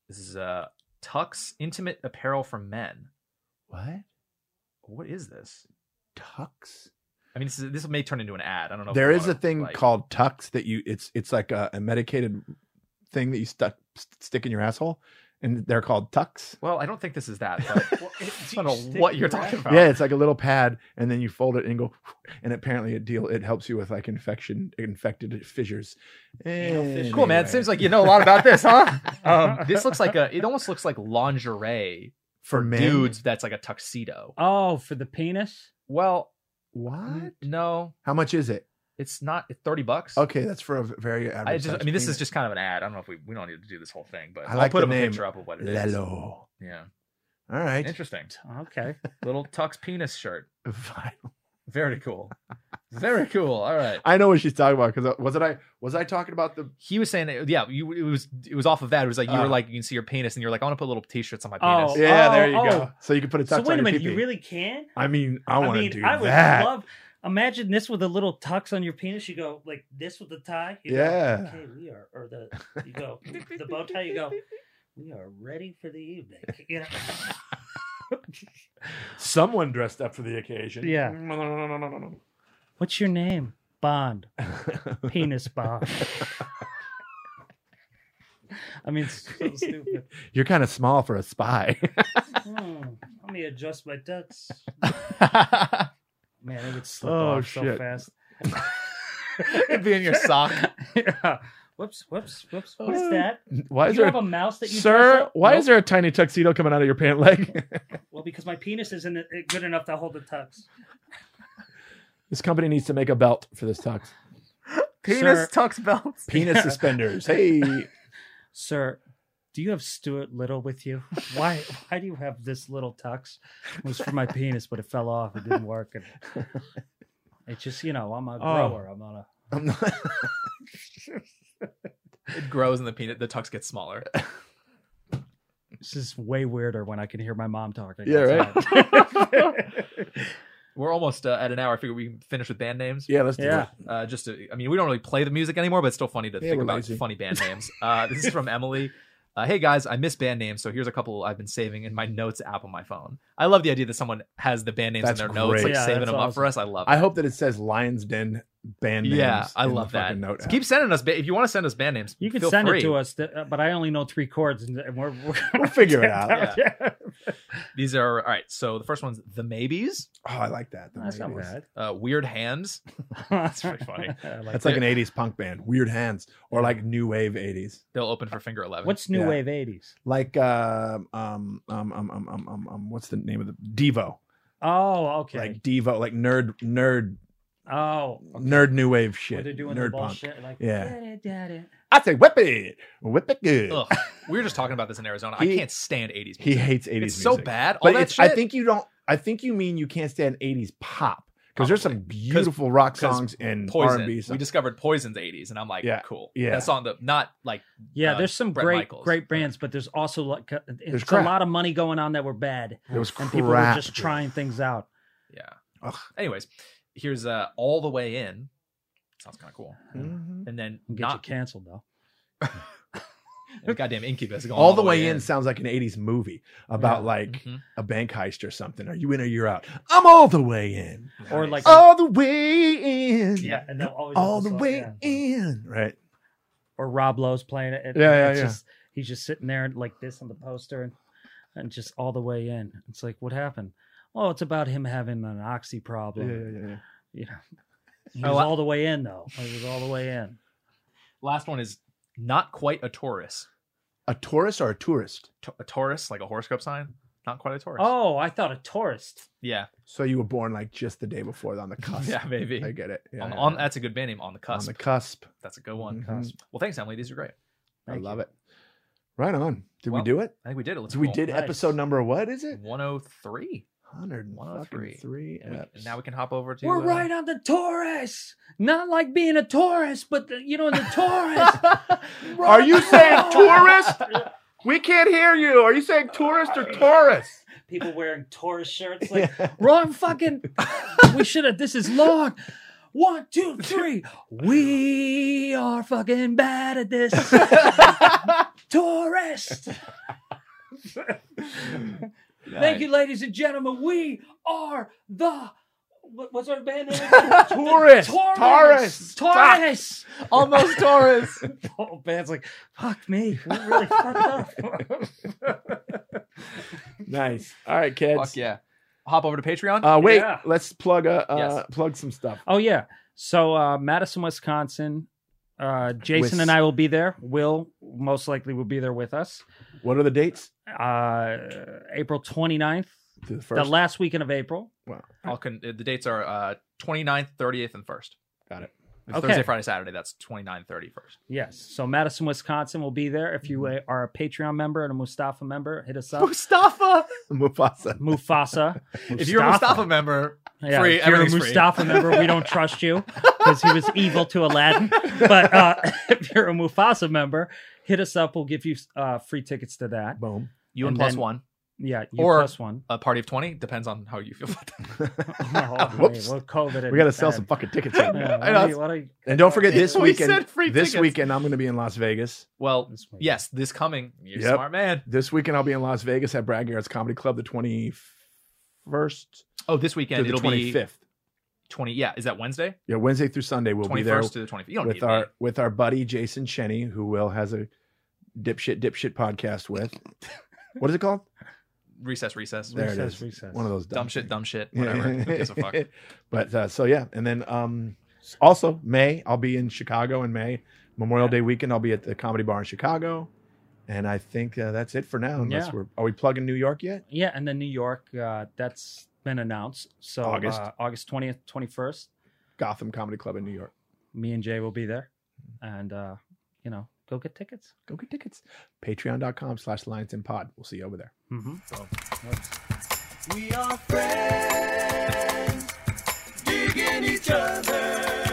Speaker 3: this is uh, Tux Intimate Apparel for Men.
Speaker 2: what
Speaker 3: What is this?
Speaker 2: tux?
Speaker 3: I mean, this, is, this may turn into an ad. I don't know. if
Speaker 2: There
Speaker 3: we
Speaker 2: is a
Speaker 3: wanna,
Speaker 2: thing
Speaker 3: like-
Speaker 2: called tux that you it's it's like a, a medicated thing that you stuck st- stick in your asshole, and they're called tux.
Speaker 3: Well, I don't think this is that. But
Speaker 4: Well,
Speaker 3: I
Speaker 4: it-
Speaker 3: don't know
Speaker 4: stick
Speaker 3: what
Speaker 4: your
Speaker 3: you're
Speaker 4: ass-
Speaker 3: talking about.
Speaker 2: Yeah, it's like a little pad, and then you fold it and go, and apparently it deal it helps you with like infection infected fissures.
Speaker 4: fissures.
Speaker 3: Cool, man.
Speaker 2: Anyway.
Speaker 3: Seems like you know a lot about this, huh? um, this looks like a. It almost looks like lingerie
Speaker 2: for men.
Speaker 3: dudes. That's like a tuxedo.
Speaker 4: Oh, for the penis?
Speaker 3: Well, Mm.
Speaker 2: What?
Speaker 3: no,
Speaker 2: How much is it?
Speaker 3: it's not. It's thirty bucks.
Speaker 2: Okay, that's for a v- very average.
Speaker 3: I just. I
Speaker 2: sized
Speaker 3: mean, this
Speaker 2: penis.
Speaker 3: is just kind of an ad. I don't know if we we don't need to do this whole thing, but
Speaker 2: I
Speaker 3: I will
Speaker 2: like
Speaker 3: put
Speaker 2: the
Speaker 3: up a
Speaker 2: name.
Speaker 3: picture up of what it is.
Speaker 2: Lelo.
Speaker 3: Yeah.
Speaker 2: All right.
Speaker 3: Interesting.
Speaker 4: Okay.
Speaker 3: Little Tux penis shirt.
Speaker 2: Fine.
Speaker 3: Very cool. Very cool. All right.
Speaker 2: I know what she's talking about because was it I was I talking about the
Speaker 3: He was saying, that, yeah, you it was it was off of that. It was like you
Speaker 2: Ah.
Speaker 3: were like you can see your penis, and you're like I want to put little t-shirts on my
Speaker 4: Oh.
Speaker 3: penis.
Speaker 2: yeah there you go
Speaker 4: oh.
Speaker 2: so you can put a tux
Speaker 4: so
Speaker 2: on
Speaker 4: wait a
Speaker 2: your
Speaker 4: minute.
Speaker 2: pee-pee.
Speaker 4: You really can?
Speaker 2: I mean I want to
Speaker 4: mean,
Speaker 2: do
Speaker 4: I would
Speaker 2: that
Speaker 4: love. Imagine this with a little tux on your penis. You go like this with the tie. You
Speaker 2: Yeah.
Speaker 4: Go, okay, we are, or the you go the bow tie. You go. We are ready for the evening. You know?
Speaker 2: someone dressed up for the occasion
Speaker 4: Yeah.
Speaker 2: No, no, no, no, no, no, no.
Speaker 4: What's your name? Bond. Penis Bond. I mean, it's so stupid.
Speaker 2: you're kind of small for a spy
Speaker 4: Hmm, let me adjust my ducks. Man, it would slip
Speaker 2: Oh,
Speaker 4: off so
Speaker 2: shit.
Speaker 4: fast.
Speaker 3: It'd be in your sock.
Speaker 4: yeah. Whoops, whoops, whoops. What
Speaker 2: Oh,
Speaker 4: is that?
Speaker 2: why
Speaker 4: Do
Speaker 2: is
Speaker 4: you
Speaker 2: there
Speaker 4: have a mouse that you dress
Speaker 2: sir
Speaker 4: up?
Speaker 2: why
Speaker 4: Nope.
Speaker 2: is there a tiny tuxedo coming out of your pant leg
Speaker 4: Well, because my penis isn't uh, good enough to hold the tux.
Speaker 2: this company needs to make a belt for this tux
Speaker 4: Penis Sir.
Speaker 3: tux belts.
Speaker 2: penis suspenders hey
Speaker 4: Sir, do you have Stuart Little with you? Why why do you have this little tux? It was for my penis, but it fell off. It didn't work. And it's just, you know, I'm
Speaker 2: Oh.
Speaker 4: a grower. I'm on a
Speaker 2: I'm not-
Speaker 3: It grows and the peanut the tux gets smaller.
Speaker 4: this is way weirder when I can hear my mom talking.
Speaker 2: Yeah, right.
Speaker 4: outside.
Speaker 3: We're almost uh, at an hour. I figure we can finish with band names.
Speaker 2: yeah let's do
Speaker 4: yeah.
Speaker 2: it
Speaker 3: Uh, just to, I mean, we don't really play the music anymore, but it's still funny to
Speaker 2: Yeah,
Speaker 3: think
Speaker 2: we're
Speaker 3: about
Speaker 2: lazy.
Speaker 3: funny band names. Uh, this is from Emily. Uh, hey guys, I miss band names, so here's a couple I've been saving in my notes app on my phone. I love the idea that someone has the band names
Speaker 2: That's
Speaker 3: in their notes,
Speaker 2: great.
Speaker 3: like
Speaker 4: Yeah,
Speaker 3: saving
Speaker 4: that's
Speaker 3: them up for us. I love.
Speaker 2: I
Speaker 3: that.
Speaker 2: hope that it says Lions Den band names
Speaker 3: Yeah, I
Speaker 2: in the
Speaker 3: love that.
Speaker 2: fucking Note app.
Speaker 3: Keep sending us. Ba- if you want to send us band names,
Speaker 4: You can
Speaker 3: feel
Speaker 4: send
Speaker 3: free.
Speaker 4: it to us, th- uh, but I only know three chords, and and we're, we're
Speaker 2: We'll figure it out.
Speaker 3: Yeah.
Speaker 4: Yeah.
Speaker 3: These are all right. So the first one's the Maybes,
Speaker 2: Oh, I like that. The
Speaker 4: That's not
Speaker 2: Maybes.
Speaker 4: bad.
Speaker 3: uh, Weird Hands.
Speaker 4: That's
Speaker 3: pretty funny.
Speaker 2: That's like an '80s punk band, Weird Hands, or like new wave '80s,
Speaker 3: They'll open for Finger Eleven.
Speaker 4: What's new
Speaker 2: Yeah.
Speaker 4: wave '80s?
Speaker 2: like um um um um um um, um, um what's the name of the Devo?
Speaker 4: Oh, okay.
Speaker 2: Like Devo, like nerd nerd
Speaker 4: oh,
Speaker 2: nerd new wave shit.
Speaker 4: Where they're doing
Speaker 2: nerd
Speaker 4: the
Speaker 2: punk.
Speaker 4: bullshit. Like,
Speaker 2: Yeah.
Speaker 4: "Daddy, daddy,
Speaker 2: I say whip it, whip it good.
Speaker 3: Ugh. We were just talking about this in Arizona. I
Speaker 2: He-
Speaker 3: can't stand 80s music.
Speaker 2: He hates 80s
Speaker 3: it's
Speaker 2: music.
Speaker 3: so bad. All
Speaker 2: But
Speaker 3: that
Speaker 2: it's,
Speaker 3: shit.
Speaker 2: I think you don't. I think you mean you can't stand 80s pop because there's some beautiful rock
Speaker 3: 'cause
Speaker 2: songs and
Speaker 3: Poison.
Speaker 2: R&B
Speaker 3: We
Speaker 2: songs.
Speaker 3: discovered Poison's 80s, and I'm like,
Speaker 2: Yeah,
Speaker 3: cool.
Speaker 2: yeah.
Speaker 3: That song, the not like
Speaker 4: Yeah,
Speaker 3: uh,
Speaker 4: there's some
Speaker 3: Bret
Speaker 4: great
Speaker 3: Michaels.
Speaker 4: great brands, but there's also like uh, it's
Speaker 2: There's
Speaker 4: a
Speaker 2: crap.
Speaker 4: lot of money going on that were bad.
Speaker 2: It was
Speaker 4: and people were
Speaker 2: crap,
Speaker 4: just
Speaker 2: dude.
Speaker 4: trying things out.
Speaker 3: yeah.
Speaker 2: Ugh.
Speaker 3: Anyways, here's uh all the way in. Sounds kind of cool.
Speaker 2: Mhm.
Speaker 3: And then
Speaker 4: And get
Speaker 3: not
Speaker 4: you canceled though.
Speaker 3: and goddamn Incubus going
Speaker 2: All, the way, in sounds like an 80s movie about
Speaker 4: Yeah.
Speaker 2: like
Speaker 3: Mhm.
Speaker 2: a bank heist or something. Are you in or you're out? I'm all the way in.
Speaker 4: Or
Speaker 3: Nice.
Speaker 4: like
Speaker 2: All the way in.
Speaker 4: yeah, and they'll always have
Speaker 2: All
Speaker 4: this
Speaker 2: the
Speaker 4: song,
Speaker 2: way
Speaker 4: yeah.
Speaker 2: in. Right.
Speaker 4: Or Rob Lowe's playing it. it
Speaker 2: Yeah, yeah,
Speaker 4: it's
Speaker 2: yeah.
Speaker 4: Just, he's just sitting there and like this on the poster and and just all the way in. It's like what happened? Oh, it's about him having an oxy problem.
Speaker 2: yeah.
Speaker 4: You know, he
Speaker 3: Oh,
Speaker 4: was
Speaker 3: I-
Speaker 4: all the way in though. He was all the way in.
Speaker 3: last one is not quite a Taurus.
Speaker 2: A tourist or a tourist?
Speaker 3: T- a Taurus, like a horoscope sign. Not quite a Taurus.
Speaker 4: Oh, I thought a tourist.
Speaker 3: yeah,
Speaker 2: So you were born like just the day before on the cusp.
Speaker 3: yeah, maybe.
Speaker 2: I get it. Yeah,
Speaker 3: on,
Speaker 2: yeah,
Speaker 3: on
Speaker 2: yeah.
Speaker 3: that's a good band name. On the
Speaker 2: On
Speaker 3: cusp.
Speaker 2: the cusp.
Speaker 3: that's a good one.
Speaker 2: Mhm.
Speaker 3: Well, thanks, Emily. These are great.
Speaker 2: I
Speaker 4: Thank
Speaker 2: love
Speaker 4: you.
Speaker 2: it. Right on. Did
Speaker 3: Well,
Speaker 2: we do it?
Speaker 3: I think we did it. Let's
Speaker 2: So we
Speaker 3: roll.
Speaker 2: did
Speaker 4: nice.
Speaker 2: episode number what is it?
Speaker 3: 103.
Speaker 2: 103.
Speaker 3: 103. And we-
Speaker 2: eps.
Speaker 3: now we can hop over to.
Speaker 4: We're
Speaker 3: uh,
Speaker 4: right on the Taurus. Not like being a Taurus, but the, you know, the Taurus.
Speaker 2: Are you saying tourist? We can't hear you. Are you saying tourist or Taurus?
Speaker 4: People wearing Taurus shirts, like wrong fucking. we should have. This is long. One, two, three. We are fucking bad at this. Taurus. Thank you, ladies and gentlemen. We are the. What, what's our band name? again?
Speaker 2: Taurus. Taurus.
Speaker 4: Taurus. Taurus.
Speaker 3: Almost Taurus.
Speaker 4: whole band's like, fuck me. We really fucked up.
Speaker 2: Nice. All right, kids.
Speaker 3: Fuck yeah. Hop over to Patreon.
Speaker 2: Uh, wait,
Speaker 4: Yeah.
Speaker 2: let's plug uh, uh
Speaker 3: Yes.
Speaker 2: plug some stuff.
Speaker 4: Oh yeah. So uh, Madison, Wisconsin. Uh, Jason
Speaker 2: Wis-
Speaker 4: and I will be there. Will most likely will be there with us.
Speaker 2: What are the dates?
Speaker 4: Uh, April 29th,
Speaker 2: To the
Speaker 4: the
Speaker 2: first.
Speaker 4: last weekend of April.
Speaker 2: Wow.
Speaker 3: I'll con- the dates are uh, 29th, 30th, and 1st.
Speaker 2: Got it.
Speaker 3: It's
Speaker 4: Okay.
Speaker 3: Thursday, Friday, Saturday. That's 29, 30, 1st.
Speaker 4: Yes. So Madison, Wisconsin will be there. If you
Speaker 2: Mm-hmm.
Speaker 4: uh, are a Patreon member and a Mustafa member, hit us up.
Speaker 3: Mustafa.
Speaker 2: Mufasa.
Speaker 4: Mufasa.
Speaker 3: If you're a Mustafa member,
Speaker 4: Yeah,
Speaker 3: Free,
Speaker 4: if you're a
Speaker 3: everything's free.
Speaker 4: Mustafa member, we don't trust you because he was evil to Aladdin. But uh, if you're a Mufasa member, hit us up. We'll give you uh, free tickets to that.
Speaker 2: Boom.
Speaker 3: you and,
Speaker 4: And
Speaker 3: plus
Speaker 4: then-
Speaker 3: one,
Speaker 4: Yeah, you
Speaker 3: Or-
Speaker 4: plus one.
Speaker 3: a party of 20, depends on how you feel about that.
Speaker 4: Oh,
Speaker 2: Whoops.
Speaker 4: wait, we're COVID
Speaker 2: We got to
Speaker 4: and-
Speaker 2: sell some fucking tickets.
Speaker 4: Yeah,
Speaker 2: here.
Speaker 4: what
Speaker 3: I know.
Speaker 4: do you- what do you-
Speaker 2: and don't forget this
Speaker 3: We
Speaker 2: weekend.
Speaker 3: said free
Speaker 2: this
Speaker 3: tickets.
Speaker 2: weekend I'm going to be in Las Vegas.
Speaker 3: Well,
Speaker 4: This way.
Speaker 3: yes, this coming. You're a
Speaker 2: Yep.
Speaker 3: smart man.
Speaker 2: This weekend I'll be in Las Vegas at Brad Garrett's Comedy Club the 21st
Speaker 3: Oh, this weekend
Speaker 2: to the
Speaker 3: it'll be
Speaker 2: 25th.
Speaker 3: 20. Yeah, is that Wednesday?
Speaker 2: Yeah, Wednesday through Sunday we'll be
Speaker 3: 21st
Speaker 2: there
Speaker 3: to the 25th. You don't
Speaker 2: with
Speaker 3: need
Speaker 2: our
Speaker 3: me.
Speaker 2: with our buddy Jason Cheney, who Will has a dipshit dipshit podcast with. what is it called?
Speaker 3: recess, recess,
Speaker 2: There it
Speaker 4: Recess,
Speaker 2: is.
Speaker 4: recess.
Speaker 2: One of those
Speaker 3: dumb shit, dumb shit, whatever. Who gives a fuck?
Speaker 2: but uh, so yeah, and then um, also May I'll be in Chicago in May Memorial Day weekend. I'll be at the Comedy Bar in Chicago, and I think uh, that's it for now. Unless
Speaker 4: Yeah.
Speaker 2: we're are we plugging New York yet?
Speaker 4: Yeah, and then New York, uh, that's been announced. So
Speaker 2: August.
Speaker 4: uh, August 20th, 21st,
Speaker 2: Gotham Comedy Club in New York.
Speaker 4: me and Jay will be there. And, uh, you know, go get tickets.
Speaker 2: Go get tickets. Patreon.com/slash Lions and Pod. We'll see you over there.
Speaker 4: Mm-hmm.
Speaker 1: We are friends, digging each other.